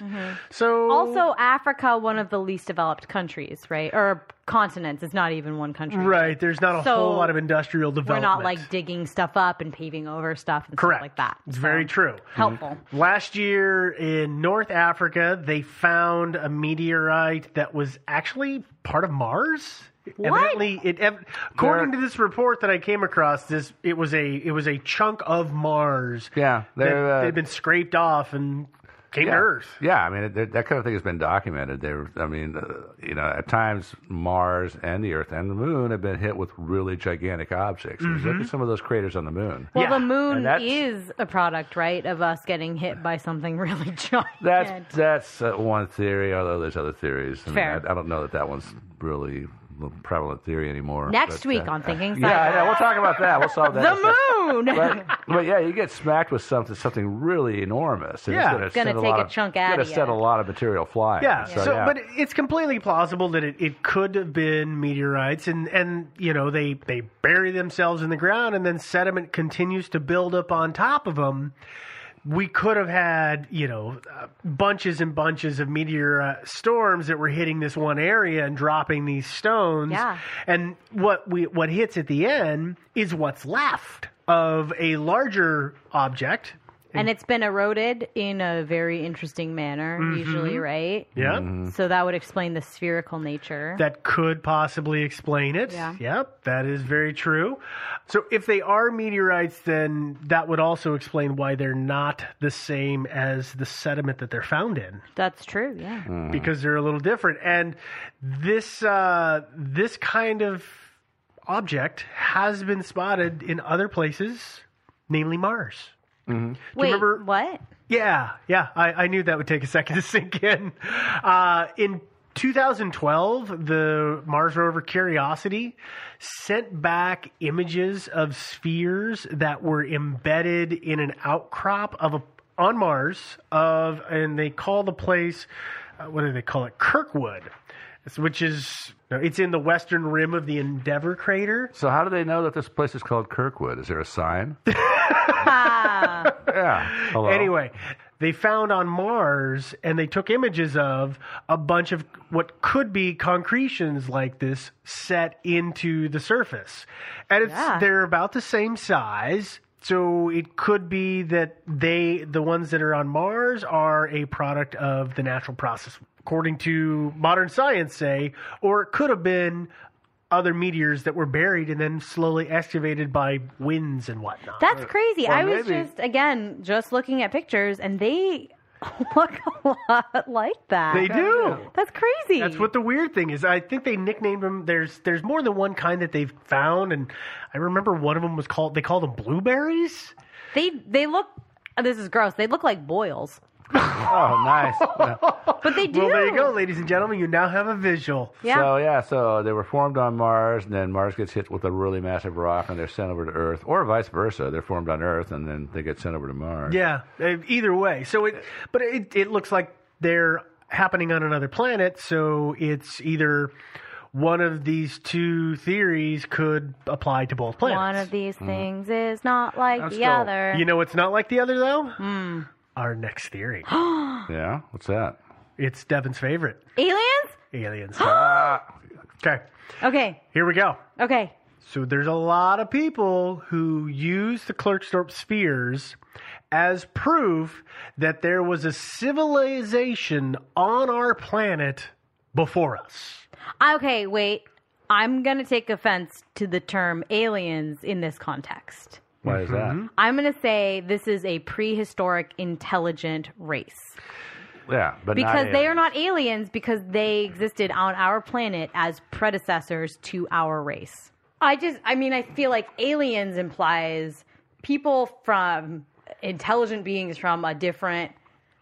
[SPEAKER 5] So
[SPEAKER 6] Also, Africa, one of the least developed countries, right? Or continents. It's not even one country.
[SPEAKER 5] right, there's not a
[SPEAKER 6] So
[SPEAKER 5] whole lot of industrial
[SPEAKER 6] We're
[SPEAKER 5] development.
[SPEAKER 6] not like digging stuff up and paving over stuff and
[SPEAKER 5] Correct.
[SPEAKER 6] stuff like that.
[SPEAKER 5] It's
[SPEAKER 6] So,
[SPEAKER 5] very true. Mm.
[SPEAKER 6] Helpful.
[SPEAKER 5] Last year in North Africa, they found a meteorite that was actually part of Mars. Evidently, it ev- according to this report that I came across, this it was a it was a chunk of Mars.
[SPEAKER 7] Yeah,
[SPEAKER 5] that
[SPEAKER 7] they're, uh,
[SPEAKER 5] they'd been scraped off and came
[SPEAKER 7] yeah.
[SPEAKER 5] to Earth.
[SPEAKER 7] Yeah, I mean it, that- that kind of thing has been documented. They, were- I mean, uh, you know, at times Mars and the Earth and the Moon have been hit with really gigantic objects. Look at some of those craters on the Moon.
[SPEAKER 6] Mm-hmm. Well,
[SPEAKER 5] Yeah,
[SPEAKER 6] the
[SPEAKER 5] and
[SPEAKER 6] moon
[SPEAKER 7] that's-
[SPEAKER 6] is a product, right, of us getting hit by something really giant.
[SPEAKER 7] That's that's uh, one theory. Although there's other theories. I, mean,
[SPEAKER 6] Fair.
[SPEAKER 7] I, I don't know that that one's really the prevalent theory anymore.
[SPEAKER 6] Next
[SPEAKER 7] but,
[SPEAKER 6] week
[SPEAKER 7] uh,
[SPEAKER 6] on Thinking
[SPEAKER 7] yeah,
[SPEAKER 6] Sci-Fi.
[SPEAKER 7] yeah, we'll talk about that. We'll solve that.
[SPEAKER 6] the
[SPEAKER 7] That's not-
[SPEAKER 6] moon.
[SPEAKER 7] but, but yeah, you get smacked with something something really enormous. and
[SPEAKER 5] Yeah.
[SPEAKER 7] gonna
[SPEAKER 6] It's gonna
[SPEAKER 7] send
[SPEAKER 6] take
[SPEAKER 7] lot
[SPEAKER 6] a
[SPEAKER 7] of-
[SPEAKER 6] chunk
[SPEAKER 7] it's
[SPEAKER 6] out
[SPEAKER 7] Gonna
[SPEAKER 6] of
[SPEAKER 7] send
[SPEAKER 6] ya.
[SPEAKER 7] a lot of material flying.
[SPEAKER 5] Yeah. So,
[SPEAKER 7] yeah.
[SPEAKER 5] but it's completely plausible that it, it could have been meteorites, and and you know they they bury themselves in the ground, and then sediment continues to build up on top of them. We could have had you know uh, bunches and bunches of meteor uh, storms that were hitting this one area and dropping these stones.
[SPEAKER 6] Yeah.
[SPEAKER 5] And what we what hits at the end is what's left of a larger object.
[SPEAKER 6] and it's been eroded in a very interesting manner, usually, right?
[SPEAKER 5] Mm-hmm. Yeah.
[SPEAKER 7] Mm-hmm.
[SPEAKER 6] So that would explain the spherical nature.
[SPEAKER 5] That could possibly explain it.
[SPEAKER 6] Yeah.
[SPEAKER 5] Yep, that is very true. So if they are meteorites, then that would also explain why they're not the same as the sediment that they're found in
[SPEAKER 6] That's true, yeah.
[SPEAKER 5] Mm. because they're a little different. And this uh, this kind of object has been spotted in other places, namely Mars.
[SPEAKER 6] Wait,
[SPEAKER 5] remember-
[SPEAKER 6] what?
[SPEAKER 5] Yeah, yeah. I, I knew that would take a second to sink in. Uh, in 2012, the Mars rover Curiosity sent back images of spheres that were embedded in an outcrop of a on Mars of, and they call the place, uh, what do they call it? Kirkwood, which is it's in the western rim of the Endeavour crater.
[SPEAKER 7] So how do they know that this place is called Kirkwood? Is there a sign? yeah. Hello.
[SPEAKER 5] Anyway, they found on Mars and they took images of a bunch of what could be concretions like this set into the surface. And it's
[SPEAKER 6] Yeah.
[SPEAKER 5] they're about the same size. So it could be that they the ones that are on Mars are a product of the natural process according to modern science say or it could have been other meteors that were buried and then slowly excavated by winds and whatnot.
[SPEAKER 6] That's crazy. I was
[SPEAKER 7] maybe-
[SPEAKER 6] just, again, just looking at pictures, and they look a lot like that.
[SPEAKER 5] they do.
[SPEAKER 6] That's crazy.
[SPEAKER 5] That's what the weird thing is. I think they nicknamed them. There's there's more than one kind that they've found, and I remember one of them was called. They called them blueberries.
[SPEAKER 6] they they look. This is gross. They look like boils,
[SPEAKER 7] Oh, nice.
[SPEAKER 6] but they do.
[SPEAKER 5] Well, there you go, ladies and gentlemen. You now have a visual.
[SPEAKER 6] Yeah.
[SPEAKER 7] So yeah, so they were formed on Mars, and then Mars gets hit with a really massive rock, and they're sent over to Earth, or vice versa. They're formed on Earth, and then they get sent over to Mars.
[SPEAKER 5] Yeah. eh, Either way, so it but it it looks like they're happening on another planet. So it's either one of these two theories could apply to both planets.
[SPEAKER 6] One of these things is not like
[SPEAKER 7] That's
[SPEAKER 6] the
[SPEAKER 7] cool.
[SPEAKER 6] other.
[SPEAKER 5] Mm-hmm.
[SPEAKER 6] Hmm.
[SPEAKER 5] you know, it's not like the other though. Our next theory.
[SPEAKER 7] Yeah. What's that?
[SPEAKER 5] it's Devin's favorite.
[SPEAKER 6] Aliens?
[SPEAKER 5] Aliens.
[SPEAKER 7] Ah.
[SPEAKER 5] okay.
[SPEAKER 6] Okay.
[SPEAKER 5] Here we go.
[SPEAKER 6] Okay.
[SPEAKER 5] So there's a lot of people who use the Klerksdorp spheres as proof that there was a civilization on our planet before us.
[SPEAKER 6] Okay, wait. I'm going to take offense to the term aliens in this context.
[SPEAKER 7] Why is that?
[SPEAKER 5] Mm-hmm.
[SPEAKER 6] I'm going to say this is a prehistoric intelligent race
[SPEAKER 7] Yeah, but not
[SPEAKER 6] because they
[SPEAKER 7] aliens.
[SPEAKER 6] are not aliens because they existed on our planet as predecessors to our race. I just I mean I feel like aliens implies people from intelligent beings from a different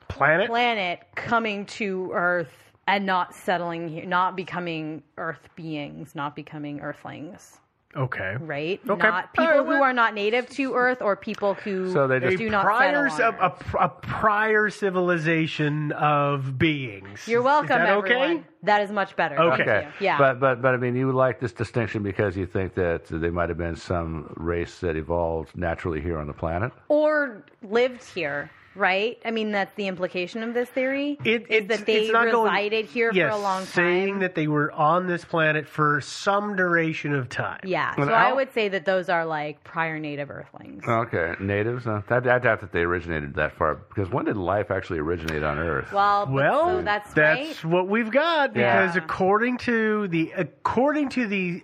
[SPEAKER 5] Planet?
[SPEAKER 6] planet coming to Earth and not settling here, not becoming Earth beings, not becoming Earthlings,
[SPEAKER 5] Okay.
[SPEAKER 6] right?
[SPEAKER 5] Okay.
[SPEAKER 6] Not people
[SPEAKER 5] Alright,
[SPEAKER 6] who
[SPEAKER 5] well-
[SPEAKER 6] are not native to Earth or people who
[SPEAKER 7] So they just-
[SPEAKER 6] do
[SPEAKER 5] a
[SPEAKER 6] not
[SPEAKER 5] prior,
[SPEAKER 6] settle on
[SPEAKER 5] a, a
[SPEAKER 6] Earth.
[SPEAKER 5] pr- a prior civilization of beings.
[SPEAKER 6] You're welcome,
[SPEAKER 5] Is that
[SPEAKER 6] everyone.
[SPEAKER 5] okay?
[SPEAKER 6] That is much better.
[SPEAKER 5] Okay.
[SPEAKER 7] Okay.
[SPEAKER 6] Thank you. Yeah.
[SPEAKER 7] But but but I mean, you like this distinction because you think that they might have been some race that evolved naturally here on the planet.
[SPEAKER 6] or lived here. Right, I mean that's the implication of this theory
[SPEAKER 5] It,
[SPEAKER 6] is that they
[SPEAKER 5] it's not going-
[SPEAKER 6] resided here
[SPEAKER 5] yes,
[SPEAKER 6] for a long time.
[SPEAKER 5] saying that they were on this planet for some duration of time.
[SPEAKER 6] yeah, so
[SPEAKER 7] Well,
[SPEAKER 6] I
[SPEAKER 7] Al-
[SPEAKER 6] would say that those are like prior native Earthlings.
[SPEAKER 7] Okay, natives. Uh, I, I doubt that they originated that far because when did life actually originate on Earth?
[SPEAKER 6] well, but-
[SPEAKER 5] Well,
[SPEAKER 6] so that's right.
[SPEAKER 5] what we've got because according to the according to the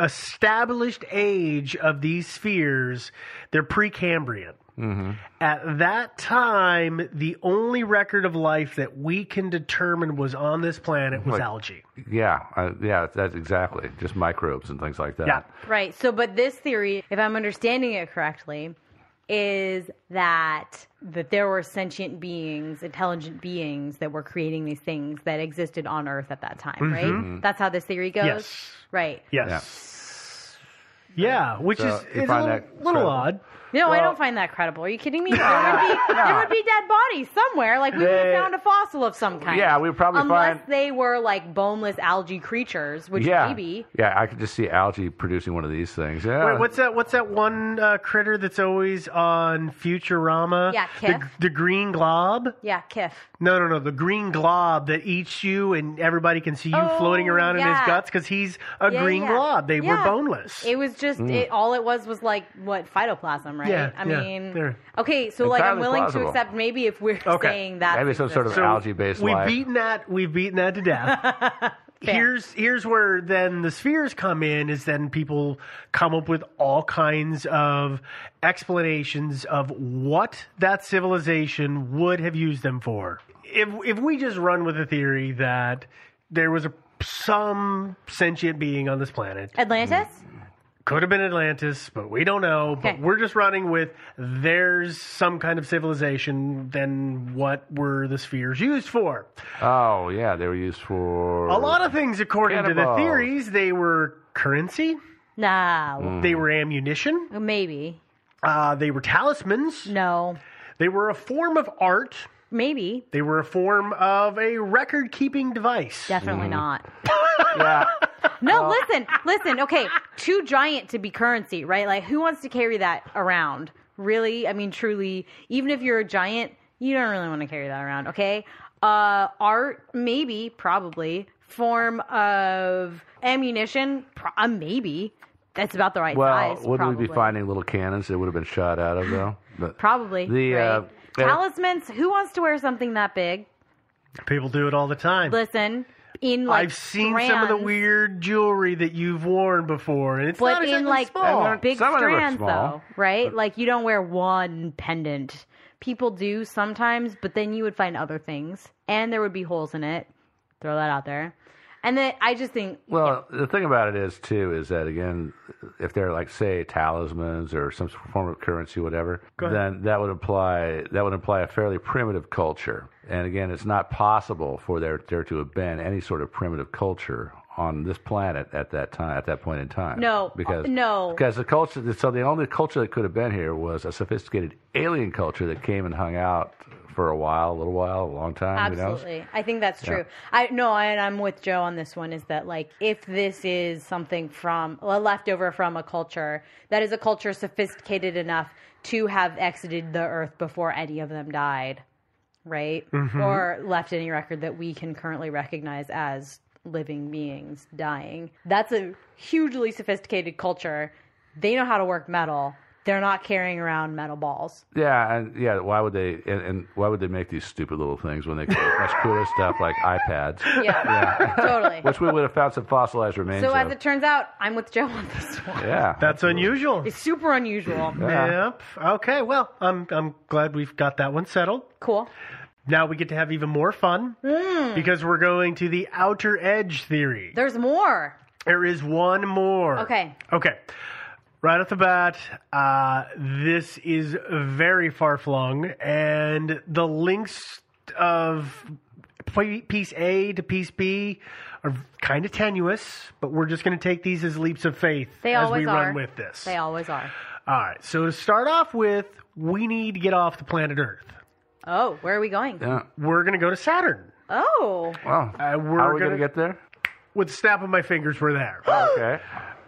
[SPEAKER 5] established age of these spheres, they're Precambrian. Mm-hmm. At that time, the only record of life that we can determine was on this planet was
[SPEAKER 7] Like-
[SPEAKER 5] algae.
[SPEAKER 7] Yeah, uh, yeah, that's exactly just microbes and things like that.
[SPEAKER 5] Yeah.
[SPEAKER 6] Right. So, but this theory, if I'm understanding it correctly, is that that there were sentient beings, intelligent beings that were creating these things that existed on Earth at that time, right? That's how this theory goes.
[SPEAKER 5] Mm-hmm. Yes.
[SPEAKER 6] Right.
[SPEAKER 5] Yes. Yeah, which
[SPEAKER 7] So
[SPEAKER 5] is it's
[SPEAKER 7] you
[SPEAKER 5] a
[SPEAKER 7] find
[SPEAKER 5] little,
[SPEAKER 7] that
[SPEAKER 5] little
[SPEAKER 7] credible?
[SPEAKER 5] odd.
[SPEAKER 6] No, I don't find that credible. Are you kidding me? There would be, there would be dead bodies somewhere. Like we would have found a fossil of some kind.
[SPEAKER 7] Yeah, we would probably
[SPEAKER 6] unless
[SPEAKER 7] find-
[SPEAKER 6] they were like boneless algae creatures, which
[SPEAKER 7] yeah,
[SPEAKER 6] maybe.
[SPEAKER 7] yeah. I could just see algae producing one of these things. Yeah,
[SPEAKER 5] Wait, what's that? What's that one uh, critter that's always on Futurama?
[SPEAKER 6] Yeah,
[SPEAKER 5] the,
[SPEAKER 6] Kif.
[SPEAKER 5] the green glob.
[SPEAKER 6] Yeah, Kif.
[SPEAKER 5] No, no, no, the green glob that eats you, and everybody can see you
[SPEAKER 6] Oh,
[SPEAKER 5] floating around in his
[SPEAKER 6] yeah.
[SPEAKER 5] guts because he's a
[SPEAKER 6] Yeah,
[SPEAKER 5] green
[SPEAKER 6] yeah.
[SPEAKER 5] glob. They were
[SPEAKER 6] Yeah.
[SPEAKER 5] boneless.
[SPEAKER 6] It was just
[SPEAKER 7] Mm.
[SPEAKER 6] it, all it was was like what phytoplasm, right?
[SPEAKER 5] Yeah,
[SPEAKER 6] I
[SPEAKER 5] yeah,
[SPEAKER 6] mean,
[SPEAKER 5] there.
[SPEAKER 6] okay, so like I'm
[SPEAKER 7] Entirely
[SPEAKER 6] willing
[SPEAKER 7] plausible.
[SPEAKER 6] to accept maybe if we're
[SPEAKER 5] Okay.
[SPEAKER 6] saying that
[SPEAKER 7] Maybe some sort of
[SPEAKER 5] So
[SPEAKER 7] algae-based
[SPEAKER 5] We've
[SPEAKER 7] life.
[SPEAKER 5] beaten that. We've beaten that to death. here's here's where then the spheres come in. Is then people come up with all kinds of explanations of what that civilization would have used them for. If if we just run with the theory that there was a some sentient being on this planet.
[SPEAKER 6] Atlantis.
[SPEAKER 7] Mm.
[SPEAKER 5] Could have been Atlantis, but we don't know. But
[SPEAKER 6] Okay.
[SPEAKER 5] we're just running with there's some kind of civilization, then what were the spheres used for?
[SPEAKER 7] Oh, yeah, they were used for
[SPEAKER 5] A lot of things, according to the
[SPEAKER 7] Cannonballs.
[SPEAKER 5] theories, they were currency,
[SPEAKER 6] Nah,
[SPEAKER 5] they were ammunition,
[SPEAKER 7] Mm.
[SPEAKER 6] maybe
[SPEAKER 5] uh, they were talismans,
[SPEAKER 6] no,
[SPEAKER 5] they were a form of art,
[SPEAKER 6] maybe
[SPEAKER 5] they were a form of a record keeping device.
[SPEAKER 6] definitely not.
[SPEAKER 7] Mm-hmm. yeah.
[SPEAKER 6] No, listen, listen. Okay, too giant to be currency, right? Like who wants to carry that around? Really? I mean, truly, even if you're a giant, you don't really want to carry that around. Okay, uh, art maybe, probably form of ammunition, pro- uh, maybe. That's about the right
[SPEAKER 7] Well,
[SPEAKER 6] size.
[SPEAKER 7] wouldn't we be
[SPEAKER 6] probably.
[SPEAKER 7] finding little cannons that would have been shot out of though? But-
[SPEAKER 6] Probably.
[SPEAKER 7] the
[SPEAKER 6] right?
[SPEAKER 7] uh, there-
[SPEAKER 6] Talismans. Who wants to wear something that big?
[SPEAKER 5] People do it all the time.
[SPEAKER 6] Listen, in like
[SPEAKER 5] I've seen some of the
[SPEAKER 6] strands,
[SPEAKER 5] weird jewelry that you've worn before, and it's
[SPEAKER 6] but
[SPEAKER 5] not
[SPEAKER 6] in
[SPEAKER 5] exactly
[SPEAKER 6] like
[SPEAKER 5] small.
[SPEAKER 7] And they're-
[SPEAKER 6] big
[SPEAKER 7] some of them are
[SPEAKER 6] strands
[SPEAKER 7] small.
[SPEAKER 6] though, right? Like you don't wear one pendant. People do sometimes, but then you would find other things, and there would be holes in it. Throw that out there, and then I just think
[SPEAKER 7] Well, the thing about it is too is that again, if they're like say talismans or some form of currency, whatever, then that would imply that would imply a fairly primitive culture. And again, it's not possible for there there to have been any sort of primitive culture on this planet at that time at that point in time.
[SPEAKER 6] No, uh,
[SPEAKER 7] because
[SPEAKER 6] no.
[SPEAKER 7] because the culture. So the only culture that could have been here was a sophisticated alien culture that came and hung out for a while, a little while, a long time. who knows?
[SPEAKER 6] Absolutely. I think that's true. I no, and I'm with Joe on this one is that like if this is something from a leftover from a culture that is a culture sophisticated enough to have exited the earth before any of them died, right? Or left any record that we can currently recognize as living beings dying. That's a hugely sophisticated culture. They know how to work metal. They're not carrying around metal balls.
[SPEAKER 7] Yeah, and yeah, why would they? And, and why would they make these stupid little things when they could make much cooler stuff like iPads,
[SPEAKER 6] Yeah. totally.
[SPEAKER 7] which we would have found some fossilized remains
[SPEAKER 6] So as
[SPEAKER 7] of.
[SPEAKER 6] it turns out, I'm with Joe on this one.
[SPEAKER 7] yeah,
[SPEAKER 5] That's unusual.
[SPEAKER 6] It's super unusual. Uh-huh.
[SPEAKER 5] Yep. Okay. Well, I'm I'm glad we've got that one settled.
[SPEAKER 6] cool.
[SPEAKER 5] Now we get to have even more fun
[SPEAKER 6] Hmm.
[SPEAKER 5] because we're going to the outer edge theory.
[SPEAKER 6] There's more.
[SPEAKER 5] There is one more.
[SPEAKER 6] Okay.
[SPEAKER 5] Okay. Right off the bat, uh, this is very far flung, and the links of p- piece A to piece B are kind of tenuous, but we're just going to take these as leaps of faith
[SPEAKER 6] They
[SPEAKER 5] as
[SPEAKER 6] always
[SPEAKER 5] we
[SPEAKER 6] are.
[SPEAKER 5] run with this.
[SPEAKER 6] They always are.
[SPEAKER 5] All right. So to start off with, we need to get off the planet Earth.
[SPEAKER 6] Oh, where are we going?
[SPEAKER 7] yeah.
[SPEAKER 5] We're going to go to Saturn.
[SPEAKER 6] Oh,
[SPEAKER 7] Well,
[SPEAKER 5] Uh, we're
[SPEAKER 7] how are we
[SPEAKER 5] gonna- Oh,
[SPEAKER 7] going to get there?
[SPEAKER 5] With a snap of my fingers, we're there.
[SPEAKER 7] Okay.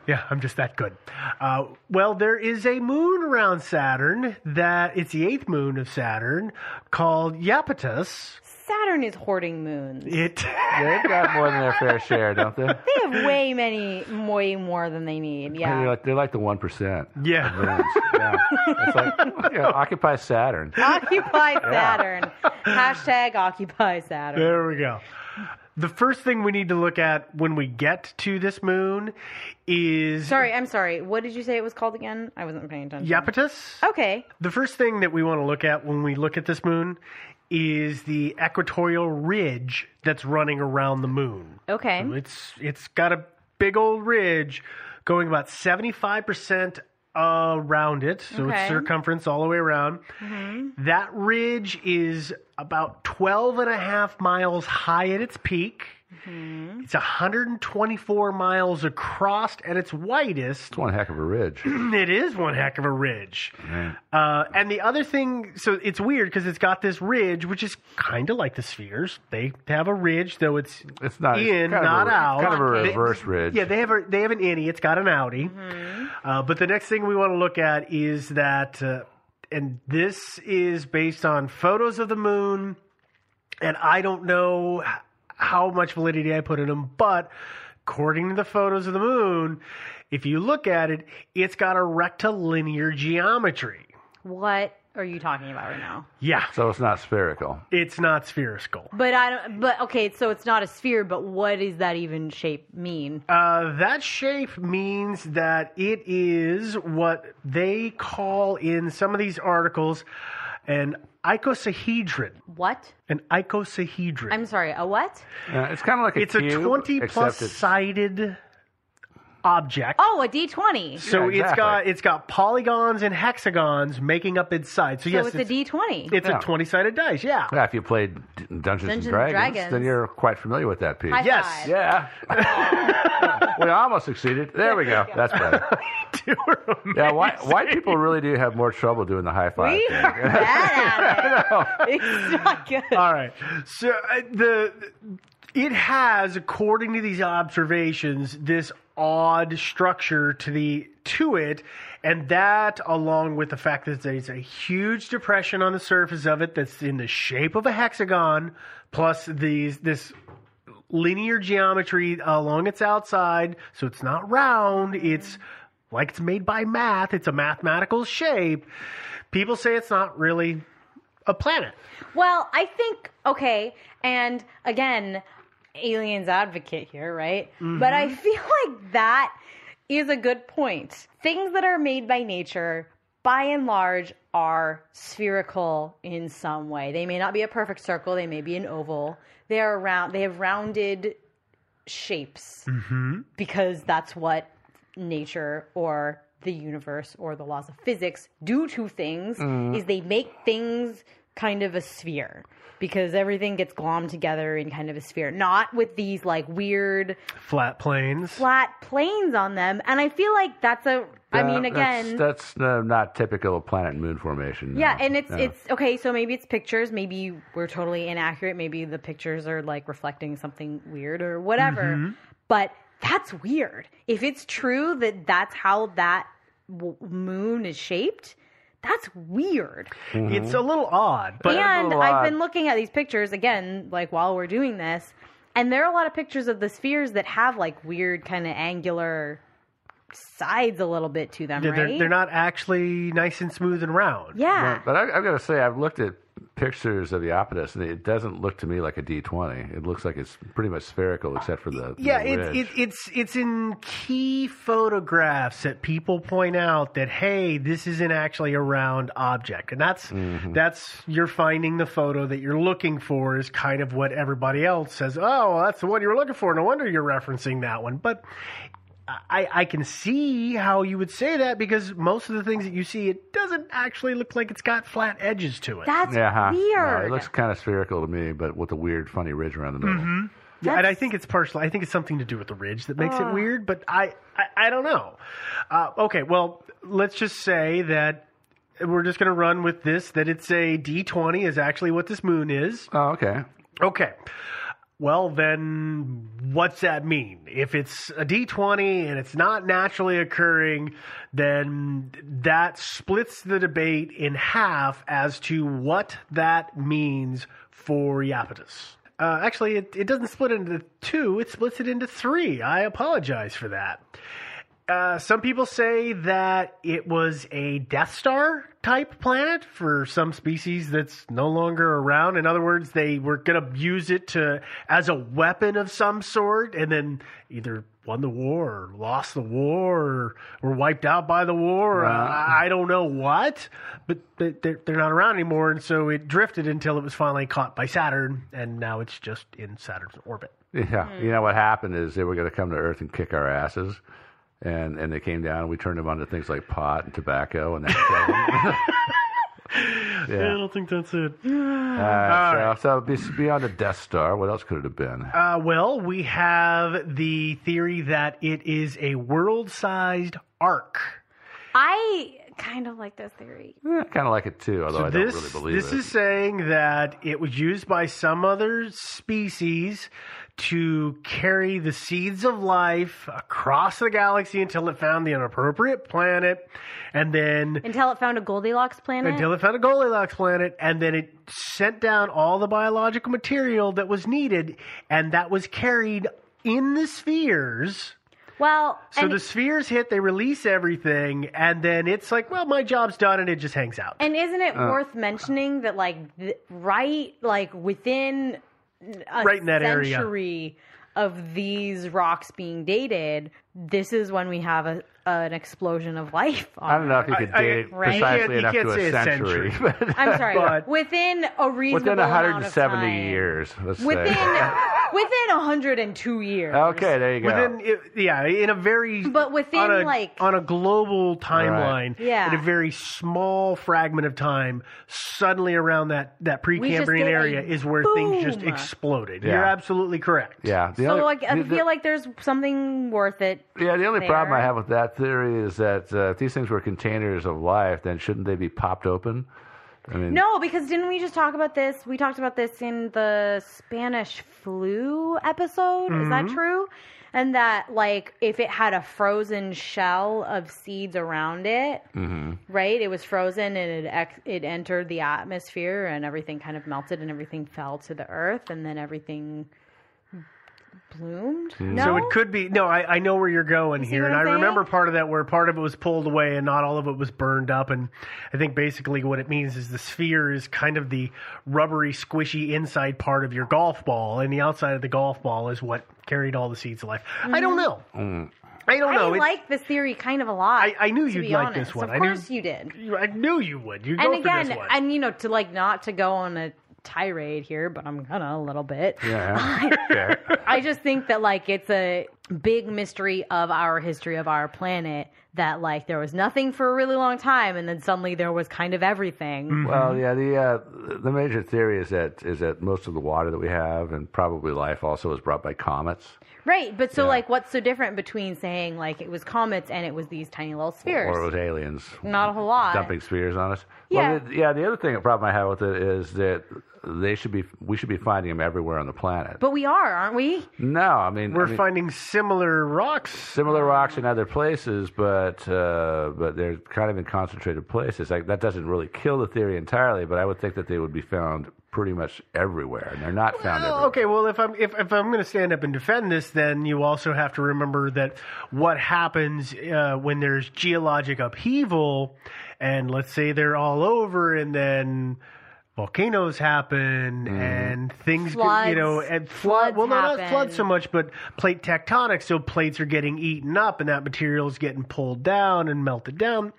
[SPEAKER 5] yeah, I'm just that good. Uh, well, there is a moon around Saturn that it's the eighth moon of Saturn called Iapetus.
[SPEAKER 6] Saturn is hoarding moons.
[SPEAKER 5] It.
[SPEAKER 7] They've got more than their fair share, don't they?
[SPEAKER 6] They have way many, way more than they need.
[SPEAKER 7] They're
[SPEAKER 6] Yeah.
[SPEAKER 7] like, they're like the one percent.
[SPEAKER 5] yeah.
[SPEAKER 7] Yeah. It's like yeah,
[SPEAKER 5] oh.
[SPEAKER 7] occupy Saturn.
[SPEAKER 6] Occupy Saturn. Hashtag Occupy Saturn.
[SPEAKER 5] There we go. The first thing we need to look at when we get to this moon is
[SPEAKER 6] Sorry, I'm sorry. What did you say it was called again? I wasn't paying attention.
[SPEAKER 5] Iapetus.
[SPEAKER 6] Okay.
[SPEAKER 5] The first thing that we want to look at when we look at this moon is the equatorial ridge that's running around the moon.
[SPEAKER 6] Okay.
[SPEAKER 5] So it's it's got a big old ridge going about 75% around it, so
[SPEAKER 6] Okay.
[SPEAKER 5] its circumference all the way around. That ridge is about 12 and a half miles high at its peak. It's 124 miles across at its widest.
[SPEAKER 7] It's one heck of a ridge.
[SPEAKER 5] It is one heck of a ridge. Uh, and the other thing, so it's weird because it's got this ridge, which is kind of like the spheres. They have a ridge, though it's
[SPEAKER 7] It's not it's
[SPEAKER 5] in,
[SPEAKER 7] kind of
[SPEAKER 5] not
[SPEAKER 7] a,
[SPEAKER 5] out.
[SPEAKER 7] Kind of a
[SPEAKER 5] They-
[SPEAKER 7] reverse ridge.
[SPEAKER 5] Yeah, they have a they have an innie. It's got an outie. Uh, but the next thing we want to look at is that, uh, and this is based on photos of the moon, and I don't know h- how much validity I put in them, but according to the photos of the moon, if you look at it, it's got a rectilinear geometry.
[SPEAKER 6] What are you talking about right now?
[SPEAKER 5] Yeah,
[SPEAKER 7] so it's not spherical.
[SPEAKER 5] it's not spherical.
[SPEAKER 6] But I don't. But okay, so it's not a sphere. But what does that even shape mean?
[SPEAKER 5] Uh, that shape means that it is what they call in some of these articles an icosahedron.
[SPEAKER 6] What?
[SPEAKER 5] An icosahedron.
[SPEAKER 6] I'm sorry. A what?
[SPEAKER 7] Uh, it's kind of like a
[SPEAKER 5] it's a
[SPEAKER 7] cube,
[SPEAKER 5] 20 plus
[SPEAKER 7] except it's-
[SPEAKER 5] sided object.
[SPEAKER 6] Oh, a D20. So
[SPEAKER 5] So
[SPEAKER 7] Yeah,
[SPEAKER 5] it's
[SPEAKER 7] exactly.
[SPEAKER 5] got it's got polygons and hexagons making up its side. So, yes,
[SPEAKER 6] it's, a D20.
[SPEAKER 5] it's
[SPEAKER 7] Yeah.
[SPEAKER 5] a 20 sided dice. Yeah.
[SPEAKER 7] Yeah, if you played D- Dungeons,
[SPEAKER 6] Dungeons
[SPEAKER 7] and
[SPEAKER 6] and
[SPEAKER 7] Dragons,
[SPEAKER 6] Dragons.
[SPEAKER 7] then you're quite familiar with that piece.
[SPEAKER 6] High
[SPEAKER 5] yes.
[SPEAKER 6] five.
[SPEAKER 7] Yeah. we almost succeeded. There we go. That's better.
[SPEAKER 5] Two are amazing.
[SPEAKER 7] Yeah, white, white people really do have more trouble doing the high five
[SPEAKER 6] We
[SPEAKER 7] thing.
[SPEAKER 6] are bad at it. It's not good.
[SPEAKER 5] All right. So uh, the it has, according to these observations, this odd structure to the to it, and that, along with the fact that there's a huge depression on the surface of it that's in the shape of a hexagon, plus these this linear geometry along its outside, so it's not round. It's like it's made by math. It's a mathematical shape. People say it's not really a planet.
[SPEAKER 6] Well, I think okay, and again, aliens advocate here, right? But
[SPEAKER 5] Mm-hmm.
[SPEAKER 6] I feel like that is a good point. Things that are made by nature by and large are spherical in some way. They may not be a perfect circle, they may be an oval. They are round, they have rounded shapes
[SPEAKER 5] Mm-hmm.
[SPEAKER 6] because that's what nature or the universe or the laws of physics do to things is they make things kind of a sphere because everything gets glommed together in kind of a sphere not with these like weird
[SPEAKER 5] flat planes.
[SPEAKER 6] flat planes on them and i feel like that's a. I
[SPEAKER 7] Uh,
[SPEAKER 6] mean
[SPEAKER 7] that's-
[SPEAKER 6] again
[SPEAKER 7] that's, uh, not typical of planet and moon formation. no.
[SPEAKER 6] yeah, and it's
[SPEAKER 7] No.
[SPEAKER 6] it's okay. So maybe it's pictures. Maybe we're totally inaccurate. Maybe the pictures are like reflecting something weird or whatever.
[SPEAKER 7] Mm-hmm.
[SPEAKER 6] But that's weird. If it's true that that's how that w- moon is shaped, that's weird.
[SPEAKER 5] It's a little odd. But
[SPEAKER 7] But it's a
[SPEAKER 6] and
[SPEAKER 7] little
[SPEAKER 6] I've
[SPEAKER 7] odd.
[SPEAKER 6] been looking at these pictures again, like while we're doing this, and there are a lot of pictures of the spheres that have like weird kind of angular sides a little bit to them,
[SPEAKER 5] they're,
[SPEAKER 6] right?
[SPEAKER 5] they're not actually nice and smooth and round.
[SPEAKER 6] Yeah.
[SPEAKER 7] But I, I've got to say, I've looked at pictures of the Iapetus, and it doesn't look to me like a D20. It looks like it's pretty much spherical, except for the
[SPEAKER 5] Yeah,
[SPEAKER 7] the
[SPEAKER 5] it, it,
[SPEAKER 7] ridge.
[SPEAKER 5] it's it's in key photographs that people point out that hey, this isn't actually a round object, and that's that's you're finding the photo that you're looking for is kind of what everybody else says. Oh, well, that's the one you're looking for. No wonder you're referencing that one. But I, I can see how you would say that because most of the things that you see, it doesn't actually look like it's got flat edges to it.
[SPEAKER 6] That's
[SPEAKER 7] yeah, huh. No,
[SPEAKER 6] weird.
[SPEAKER 7] it looks kind of spherical to me, but with a weird, funny ridge around the middle.
[SPEAKER 5] Yeah, and I think it's partially. I think it's something to do with the ridge that makes it weird. But I, I, I don't know. Uh, okay, well, let's just say that we're just going to run with this. That it's a D twenty is actually what this moon is.
[SPEAKER 7] Oh, okay.
[SPEAKER 5] Okay. Well, then, what's that mean? If it's a D20 and it's not naturally occurring, then that splits the debate in half as to what that means for Iapetus. Uh, actually, it, it doesn't split into two, it splits it into three. I apologize for that. Uh, some people say that it was a Death Star type planet for some species that's no longer around. In other words, they were going to use it to as a weapon of some sort, and then either won the war, or lost the war, or were wiped out by the war. or I, I don't know what, but they- they're, they're not around anymore, and so it drifted until it was finally caught by Saturn, and now it's just in Saturn's orbit.
[SPEAKER 7] Yeah, you know what happened is they were going to come to Earth and kick our asses, and and they came down. and We turned them onto things like pot and tobacco, and that. killed them.
[SPEAKER 5] I
[SPEAKER 7] yeah.
[SPEAKER 5] don't think that's it.
[SPEAKER 7] All right, so, so be- beyond the Death Star, what else could it have been?
[SPEAKER 5] Uh, well, we have the theory that it is a world-sized arc.
[SPEAKER 6] I kind of like this theory.
[SPEAKER 7] I kind of Eh, like it too, although I don't
[SPEAKER 5] this
[SPEAKER 7] really believe
[SPEAKER 5] this
[SPEAKER 7] it.
[SPEAKER 5] is saying that it was used by some other species to carry the seeds of life across the galaxy until it found the appropriate planet, and then
[SPEAKER 6] Until it found a Goldilocks planet.
[SPEAKER 5] until it found a Goldilocks planet, and then it sent down all the biological material that was needed, and that was carried in the spheres.
[SPEAKER 6] well,
[SPEAKER 5] So
[SPEAKER 6] and,
[SPEAKER 5] the spheres hit, they release everything, and then it's like, well, my job's done, and it just hangs out.
[SPEAKER 6] and isn't it
[SPEAKER 5] Uh.
[SPEAKER 6] worth mentioning that, like, th- right, like within a
[SPEAKER 5] Right in that area.
[SPEAKER 6] century of these rocks being dated, this is when we have a, an explosion of life. On
[SPEAKER 7] I don't know if you
[SPEAKER 6] Earth.
[SPEAKER 7] could
[SPEAKER 5] I- I-
[SPEAKER 7] date it
[SPEAKER 6] Right. You
[SPEAKER 7] precisely
[SPEAKER 5] can't- you
[SPEAKER 7] enough
[SPEAKER 5] can't
[SPEAKER 7] to
[SPEAKER 5] say
[SPEAKER 7] a
[SPEAKER 5] a
[SPEAKER 7] century, but
[SPEAKER 6] I'm sorry.
[SPEAKER 5] But-
[SPEAKER 6] within a reasonable
[SPEAKER 7] within
[SPEAKER 6] amount of
[SPEAKER 7] 170
[SPEAKER 6] time.
[SPEAKER 7] years, let's
[SPEAKER 6] Within
[SPEAKER 7] say.
[SPEAKER 6] within 102 years.
[SPEAKER 7] okay, there you go.
[SPEAKER 5] within, it- yeah, in a very
[SPEAKER 6] But within,
[SPEAKER 5] on a,
[SPEAKER 6] like-
[SPEAKER 5] on a global timeline,
[SPEAKER 6] Yeah.
[SPEAKER 5] in a very small fragment of time, suddenly around that that
[SPEAKER 6] did
[SPEAKER 5] Cambrian
[SPEAKER 6] a
[SPEAKER 5] area is where things just
[SPEAKER 6] boom.
[SPEAKER 5] exploded.
[SPEAKER 7] Yeah.
[SPEAKER 5] You're absolutely correct.
[SPEAKER 7] yeah. The
[SPEAKER 6] So
[SPEAKER 7] only-
[SPEAKER 6] like, I
[SPEAKER 7] the- the-
[SPEAKER 6] feel like there's something worth it.
[SPEAKER 7] Yeah, the only
[SPEAKER 6] there.
[SPEAKER 7] problem I have with that theory is that uh, if these things were containers of life, then shouldn't they be popped open? I mean,
[SPEAKER 6] No, because didn't we just talk about this? We talked about this in the Spanish flu episode. Is
[SPEAKER 5] Mm-hmm.
[SPEAKER 6] that true? And that like if it had a frozen shell of seeds around it,
[SPEAKER 5] Mm-hmm.
[SPEAKER 6] right? It was frozen and it ex- it entered the atmosphere and everything kind of melted and everything fell to the earth and then everything bloomed. No.
[SPEAKER 5] So it could be no. I, I know where you're going
[SPEAKER 6] Oh. see
[SPEAKER 5] here,
[SPEAKER 6] what
[SPEAKER 5] and I
[SPEAKER 6] I'm saying?
[SPEAKER 5] remember part of that where part of it was pulled away and not all of it was burned up. And I think basically what it means is the sphere is kind of the rubbery, squishy inside part of your golf ball, and the outside of the golf ball is what carried all the seeds of life. I don't know. I don't know.
[SPEAKER 6] Mm-hmm. I
[SPEAKER 5] It's-
[SPEAKER 6] like this theory kind of a lot.
[SPEAKER 5] I- I knew
[SPEAKER 6] to
[SPEAKER 5] you'd
[SPEAKER 6] be
[SPEAKER 5] like this
[SPEAKER 6] honest.
[SPEAKER 5] one.
[SPEAKER 6] Of
[SPEAKER 5] I knew-
[SPEAKER 6] course you did.
[SPEAKER 5] You- I knew you would. You
[SPEAKER 6] and
[SPEAKER 5] go for
[SPEAKER 6] again,
[SPEAKER 5] this one.
[SPEAKER 6] and you know, to like not to go on a tirade here, but I'm gonna a little bit.
[SPEAKER 7] Yeah. okay.
[SPEAKER 6] I just think that like it's a big mystery of our history of our planet that like there was nothing for a really long time, and then suddenly there was kind of everything.
[SPEAKER 7] Well, yeah. The uh, the major theory is that is that most of the water that we have and probably life also is brought by comets.
[SPEAKER 6] Right, but so like, what's so different between saying like it was comets and it was these tiny little spheres?
[SPEAKER 7] Or it was aliens
[SPEAKER 6] Not a whole lot.
[SPEAKER 7] dumping spheres on us.
[SPEAKER 6] Yeah.
[SPEAKER 7] Well, the, yeah. The other thing, the problem I have with it is that they should be we should be finding them everywhere on the planet.
[SPEAKER 6] But we are, aren't we?
[SPEAKER 7] no, I mean
[SPEAKER 5] we're
[SPEAKER 7] I mean,
[SPEAKER 5] finding similar rocks.
[SPEAKER 7] similar rocks in other places, but uh, but they're kind of in concentrated places. Like that doesn't really kill the theory entirely, but I would think that they would be found pretty much everywhere, and they're not found everywhere.
[SPEAKER 5] Oh, okay, well, if I'm if, if I'm going to stand up and defend this, then you also have to remember that what happens uh, when there's geologic upheaval, and let's say they're all over, and then volcanoes happen
[SPEAKER 7] Mm-hmm.
[SPEAKER 5] and things get- you know
[SPEAKER 6] Floods.
[SPEAKER 5] and flood
[SPEAKER 6] Floods
[SPEAKER 5] well no, not
[SPEAKER 6] happen.
[SPEAKER 5] floods so much but plate tectonics so plates are getting eaten up and that material is getting pulled down and melted down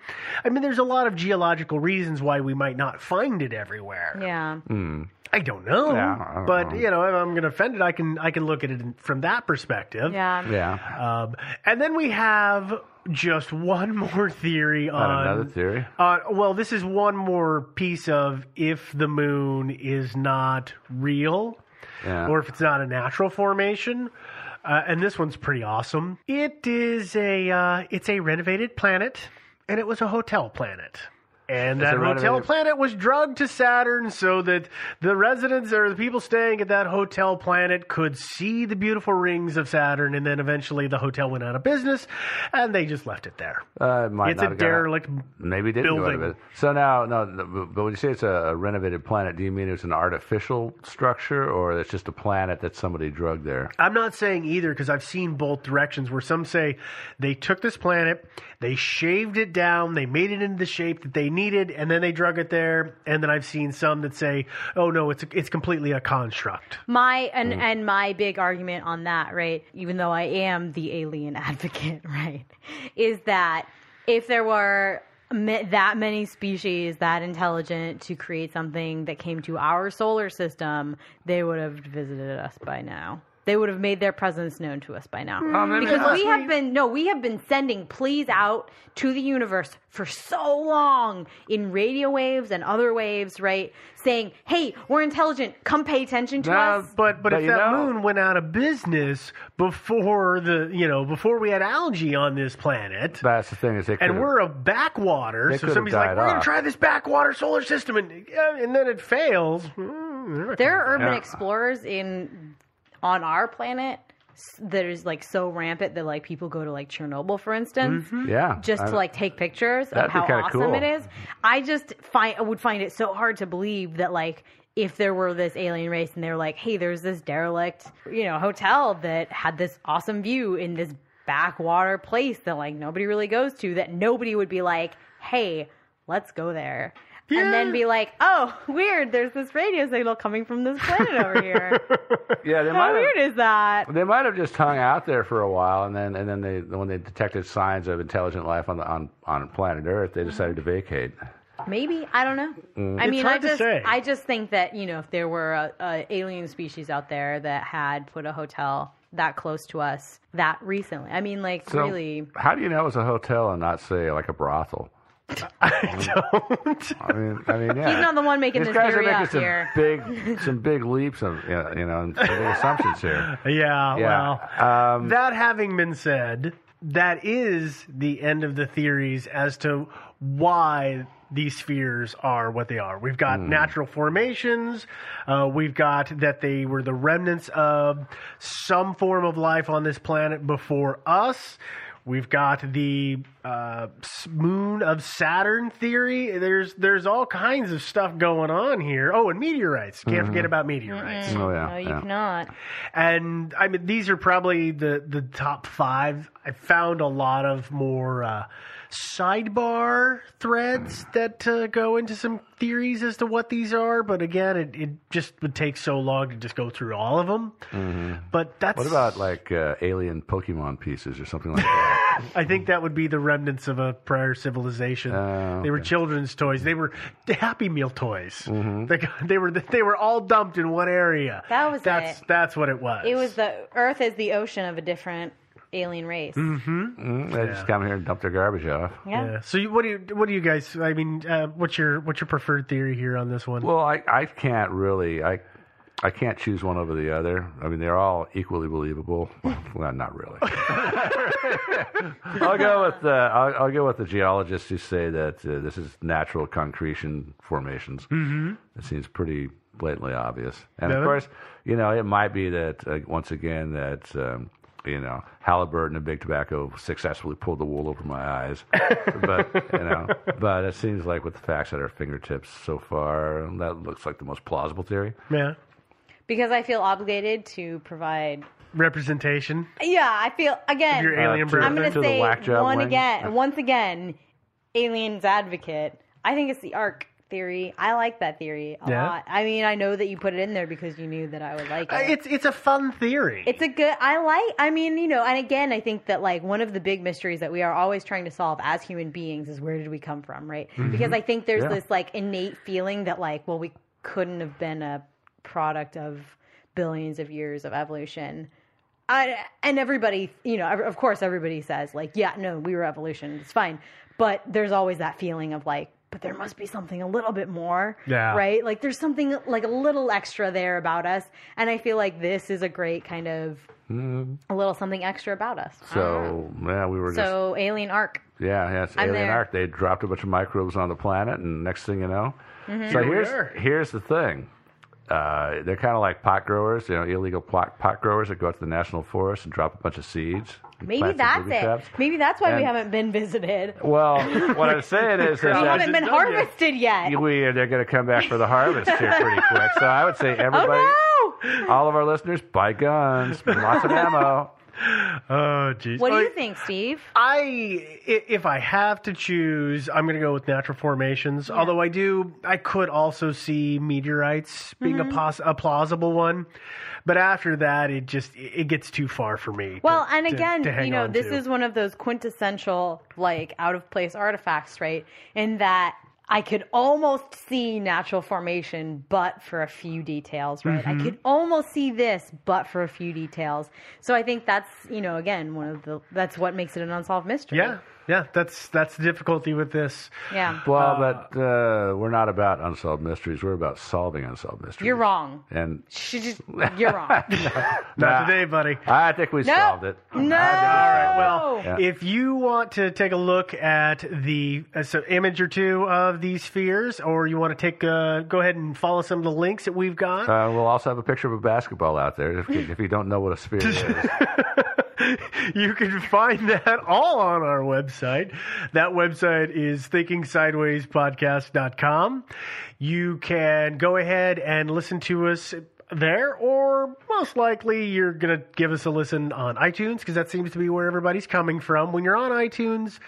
[SPEAKER 5] i mean there's a lot of geological reasons why we might not find it everywhere
[SPEAKER 6] Yeah.
[SPEAKER 7] Mm.
[SPEAKER 5] I don't know,
[SPEAKER 7] Yeah, I don't
[SPEAKER 5] but
[SPEAKER 7] know.
[SPEAKER 5] you know, if I'm going to offend it, I can I can look at it in- from that perspective.
[SPEAKER 6] Yeah.
[SPEAKER 7] Yeah,
[SPEAKER 5] Um, and then we have just one more theory on
[SPEAKER 7] another theory.
[SPEAKER 5] Uh, well, this is one more piece of if the moon is not real,
[SPEAKER 7] Yeah.
[SPEAKER 5] or if it's not a natural formation. Uh, and this one's pretty awesome. It is a uh, it's a renovated planet, and it was a hotel planet. And
[SPEAKER 7] That's
[SPEAKER 5] that
[SPEAKER 7] a right
[SPEAKER 5] hotel
[SPEAKER 7] of-
[SPEAKER 5] planet was drugged to Saturn so that the residents or the people staying at that hotel planet could see the beautiful rings of Saturn. And then eventually the hotel went out of business and they just left it there.
[SPEAKER 7] Uh, it might
[SPEAKER 5] it's
[SPEAKER 7] not
[SPEAKER 5] a
[SPEAKER 7] have gone out.
[SPEAKER 5] derelict.
[SPEAKER 7] Maybe it didn't go out
[SPEAKER 5] building.
[SPEAKER 7] of it. So now, no, no, but when you say it's a renovated planet, do you mean it's an artificial structure, or it's just a planet that somebody drugged there?
[SPEAKER 5] I'm not saying either because I've seen both directions where some say they took this planet, they shaved it down, they made it into the shape that they needed, and then they drug it there. And then I've seen some that say, oh no, it's, it's completely a construct.
[SPEAKER 6] My and and my big argument on that, right? Even though I am the alien advocate, right, is that if there were ma- that many species that intelligent to create something that came to our solar system, they would have visited us by now. They would have made their presence known to us by now. because we have been no, we have been sending pleas out to the universe for so long in radio waves and other waves, right? Saying, "Hey, we're intelligent. Come pay attention to
[SPEAKER 7] Now,
[SPEAKER 6] us."
[SPEAKER 5] But but,
[SPEAKER 7] But
[SPEAKER 5] if
[SPEAKER 7] you
[SPEAKER 5] that
[SPEAKER 7] know-
[SPEAKER 5] moon went out of business before the you know before we had algae on this planet,
[SPEAKER 7] That's the thing is they
[SPEAKER 5] and
[SPEAKER 7] could've-
[SPEAKER 5] we're a backwater,
[SPEAKER 7] They
[SPEAKER 5] so
[SPEAKER 7] could've
[SPEAKER 5] somebody's like,
[SPEAKER 7] died
[SPEAKER 5] we're gonna
[SPEAKER 7] off."
[SPEAKER 5] try this backwater solar system, and yeah, and then it fails. Mm,
[SPEAKER 6] There are urban
[SPEAKER 7] Yeah.
[SPEAKER 6] explorers in on our planet s- that is like so rampant that like people go to like Chernobyl, for instance,
[SPEAKER 7] yeah,
[SPEAKER 6] just
[SPEAKER 7] I-
[SPEAKER 6] to like take pictures of
[SPEAKER 7] That'd be
[SPEAKER 6] how
[SPEAKER 7] kinda
[SPEAKER 6] awesome
[SPEAKER 7] cool.
[SPEAKER 6] it is. I just find I would find it so hard to believe that like if there were this alien race and they're like, hey, there's this derelict, you know, hotel that had this awesome view in this backwater place that like nobody really goes to, that nobody would be like, hey, let's go there. And then be like, oh, weird, there's this radio signal coming from this planet over here.
[SPEAKER 7] yeah, they
[SPEAKER 6] How
[SPEAKER 7] might have-
[SPEAKER 6] Oh, weird is that?
[SPEAKER 7] They might have just hung out there for a while, and then and then they when they detected signs of intelligent life on the on, on planet Earth, they decided to vacate.
[SPEAKER 6] Maybe I don't know. I mean,
[SPEAKER 5] hard
[SPEAKER 6] I
[SPEAKER 5] to
[SPEAKER 6] just
[SPEAKER 5] say.
[SPEAKER 6] I just think that you know if there were a, a alien species out there that had put a hotel that close to us that recently, I mean, like
[SPEAKER 7] So
[SPEAKER 6] really,
[SPEAKER 7] how do you know it was a hotel and not say like a brothel? I don't. I mean, I mean, yeah.
[SPEAKER 6] he's not the one making
[SPEAKER 7] These
[SPEAKER 6] this
[SPEAKER 7] guys are
[SPEAKER 6] theory
[SPEAKER 7] making
[SPEAKER 6] up
[SPEAKER 7] some
[SPEAKER 6] here.
[SPEAKER 7] big, some big leaps of you know, you know and some big assumptions here.
[SPEAKER 5] yeah,
[SPEAKER 7] Yeah.
[SPEAKER 5] well,
[SPEAKER 7] um,
[SPEAKER 5] that having been said, that is the end of the theories as to why these spheres are what they are. We've got natural formations. Uh, we've got that they were the remnants of some form of life on this planet before us. We've got the uh, s- moon of Saturn theory. There's there's all kinds of stuff going on here. Oh, and meteorites. Can't forget about meteorites
[SPEAKER 7] oh yeah.
[SPEAKER 6] no, you
[SPEAKER 7] yeah.
[SPEAKER 6] cannot.
[SPEAKER 5] and I mean these are probably the the top five. I found a lot of more uh, sidebar threads
[SPEAKER 7] Mm.
[SPEAKER 5] that uh, go into some theories as to what these are, but again, it, it just would take so long to just go through all of them. But that's
[SPEAKER 7] Mm-hmm. What about like uh, alien Pokemon pieces or something like that?
[SPEAKER 5] I think that would be the remnants of a prior civilization.
[SPEAKER 7] Oh,
[SPEAKER 5] They were children's toys. They were Happy Meal toys.
[SPEAKER 7] Mm-hmm.
[SPEAKER 5] They, got- they were they were all dumped in one area.
[SPEAKER 6] That was
[SPEAKER 5] that's
[SPEAKER 6] it.
[SPEAKER 5] that's what it was.
[SPEAKER 6] It was the Earth is the ocean of a different alien race.
[SPEAKER 7] Mm, They just come here and dump their garbage off.
[SPEAKER 6] Yeah.
[SPEAKER 5] Yeah. So you, what do you what do you guys? I mean, uh, what's your what's your preferred theory here on this one?
[SPEAKER 7] Well, I, I can't really I I can't choose one over the other. I mean, they're all equally believable. Well, not really. I'll go with the I'll, I'll go with the geologists who say that uh, this is natural concretion formations. Mm-hmm. It seems pretty blatantly obvious, and of
[SPEAKER 5] Devin?
[SPEAKER 7] course, you know, it might be that uh, once again that. Um, you know, Halliburton and Big Tobacco successfully pulled the wool over my eyes, but you know, but it seems like with the facts at our fingertips so far, that looks like the most plausible theory.
[SPEAKER 5] yeah.
[SPEAKER 6] Because I feel obligated to provide.
[SPEAKER 5] Representation.
[SPEAKER 6] Yeah, I feel again.
[SPEAKER 5] Your alien
[SPEAKER 7] to-
[SPEAKER 5] brother.
[SPEAKER 6] I'm going
[SPEAKER 7] to
[SPEAKER 6] to
[SPEAKER 7] the
[SPEAKER 6] say
[SPEAKER 7] whack job
[SPEAKER 6] one
[SPEAKER 7] wing.
[SPEAKER 6] again, once again, aliens advocate. I think it's the arc theory. I like that theory a
[SPEAKER 5] Yeah?
[SPEAKER 6] lot. I mean, I know that you put it in there because you knew that I would like
[SPEAKER 5] Uh,
[SPEAKER 6] it.
[SPEAKER 5] It's it's a fun theory.
[SPEAKER 6] It's a good. I like. I mean, you know, and again, I think that like one of the big mysteries that we are always trying to solve as human beings is where did we come from, right? Because I think there's
[SPEAKER 7] Mm-hmm. Yeah.
[SPEAKER 6] this like innate feeling that like, well, we couldn't have been a product of billions of years of evolution. I, and everybody, you know, of course, everybody says like, yeah, no, we were evolution. It's fine, but there's always that feeling of like, but there must be something a little bit more.
[SPEAKER 5] Yeah.
[SPEAKER 6] Right? Like there's something like a little extra there about us. And I feel like this is a great kind of
[SPEAKER 5] Mm-hmm.
[SPEAKER 6] a little something extra about us.
[SPEAKER 7] So yeah, we were just
[SPEAKER 6] Ah. So Alien Arc.
[SPEAKER 7] yeah, yeah. It's
[SPEAKER 6] I'm
[SPEAKER 7] alien
[SPEAKER 6] there.
[SPEAKER 7] arc. They dropped a bunch of microbes on the planet, and next thing you know, so
[SPEAKER 6] Mm-hmm.
[SPEAKER 5] Here we are.
[SPEAKER 7] here's here's the thing. Uh, they're kind of like pot growers, you know, illegal pot, pot growers that go out to the national forest and drop a bunch of seeds. and
[SPEAKER 6] Maybe
[SPEAKER 7] plant some
[SPEAKER 6] that's it.
[SPEAKER 7] booby traps.
[SPEAKER 6] Maybe that's why we
[SPEAKER 7] And-
[SPEAKER 6] haven't been visited.
[SPEAKER 7] Well, what I'm saying is that
[SPEAKER 6] We
[SPEAKER 7] that's-
[SPEAKER 6] haven't been harvested yet.
[SPEAKER 7] we they're going to come back for the harvest here pretty quick. So I would say everybody,
[SPEAKER 6] oh no!
[SPEAKER 7] all of our listeners, buy guns, lots of ammo.
[SPEAKER 5] Oh, jeez.
[SPEAKER 6] What do
[SPEAKER 5] Like,
[SPEAKER 6] you think, Steve?
[SPEAKER 5] I, i- if I have to choose, I'm going to go with natural formations. Although I do, I could also see meteorites being
[SPEAKER 6] Mm-hmm.
[SPEAKER 5] a, pos- a plausible one. But after that, it just it gets too far for me. to-
[SPEAKER 6] Well, and
[SPEAKER 5] to-
[SPEAKER 6] again,
[SPEAKER 5] to hang
[SPEAKER 6] you know,
[SPEAKER 5] on
[SPEAKER 6] this
[SPEAKER 5] to.
[SPEAKER 6] is one of those quintessential, like, out of place artifacts, right? In that I could almost see natural formation, but for a few details, right?
[SPEAKER 5] Mm-hmm.
[SPEAKER 6] I could almost see this, but for a few details. So I think that's, you know, again, one of the, that's what makes it an unsolved mystery.
[SPEAKER 5] yeah, yeah. That's that's the difficulty with this.
[SPEAKER 6] Yeah.
[SPEAKER 7] Well, but uh, we're not about unsolved mysteries. We're about solving unsolved mysteries.
[SPEAKER 6] You're wrong.
[SPEAKER 7] And
[SPEAKER 6] She just- You're wrong.
[SPEAKER 5] Not
[SPEAKER 7] Nah.
[SPEAKER 5] today, buddy.
[SPEAKER 7] I think we
[SPEAKER 6] No.
[SPEAKER 7] solved it. I think we
[SPEAKER 6] No.
[SPEAKER 7] solved it.
[SPEAKER 5] Well,
[SPEAKER 7] Yeah.
[SPEAKER 5] if you want to take a look at the uh, so image or two of these spheres, or you want to take uh, go ahead and follow some of the links that we've got.
[SPEAKER 7] Uh, we'll also have a picture of a basketball out there if, if you don't know what a sphere is.
[SPEAKER 5] you can find that all on our website. That website is thinkingsidewayspodcast.com. You can go ahead and listen to us there, or most likely you're going to give us a listen on iTunes because that seems to be where everybody's coming from. When you're on iTunes,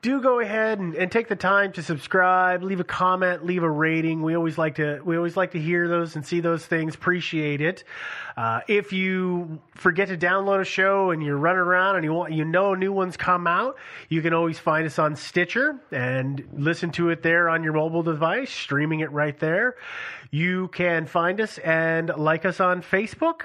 [SPEAKER 5] do go ahead and, and take the time to subscribe, leave a comment, leave a rating. We always like to we always like to hear those and see those things. Appreciate it. Uh, if you forget to download a show and you're running around and you want you know new ones come out, you can always find us on Stitcher and listen to it there on your mobile device, streaming it right there. You can find us and like us on Facebook.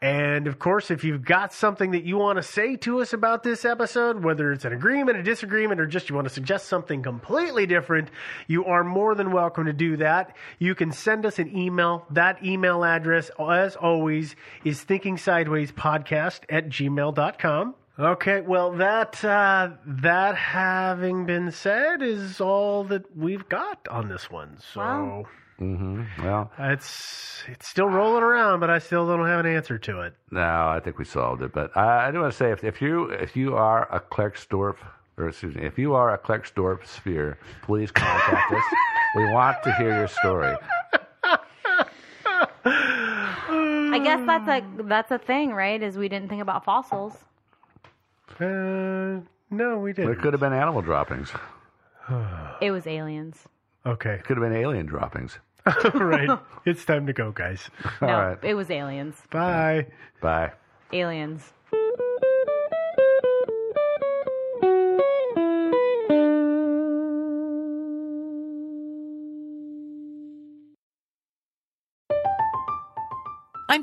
[SPEAKER 5] And of course, if you've got something that you want to say to us about this episode, whether it's an agreement, a disagreement, or just you want to suggest something completely different, you are more than welcome to do that. You can send us an email. That email address, as always, is thinkingsidewayspodcast at gmail.com. Okay, well that uh, that having been said is all that we've got on this one. So
[SPEAKER 6] Wow.
[SPEAKER 7] Mm-hmm. Well,
[SPEAKER 5] it's it's still rolling around, but I still don't have an answer to it.
[SPEAKER 7] no, I think we solved it. But I, I do want to say if, if you if you are a Klerksdorf or excuse me, if you are a Klerksdorf sphere, please contact us. We want to hear your story.
[SPEAKER 6] I guess that's a, that's a thing, right? Is we didn't think about fossils.
[SPEAKER 5] Uh, no, we
[SPEAKER 7] It
[SPEAKER 5] didn't.
[SPEAKER 7] could have been animal droppings.
[SPEAKER 6] It was aliens.
[SPEAKER 5] Okay,
[SPEAKER 7] It could have been alien droppings.
[SPEAKER 5] all right. It's time to go, guys.
[SPEAKER 6] No,
[SPEAKER 7] All right.
[SPEAKER 6] it was aliens.
[SPEAKER 5] Bye.
[SPEAKER 7] Bye.
[SPEAKER 6] Aliens.
[SPEAKER 9] I'm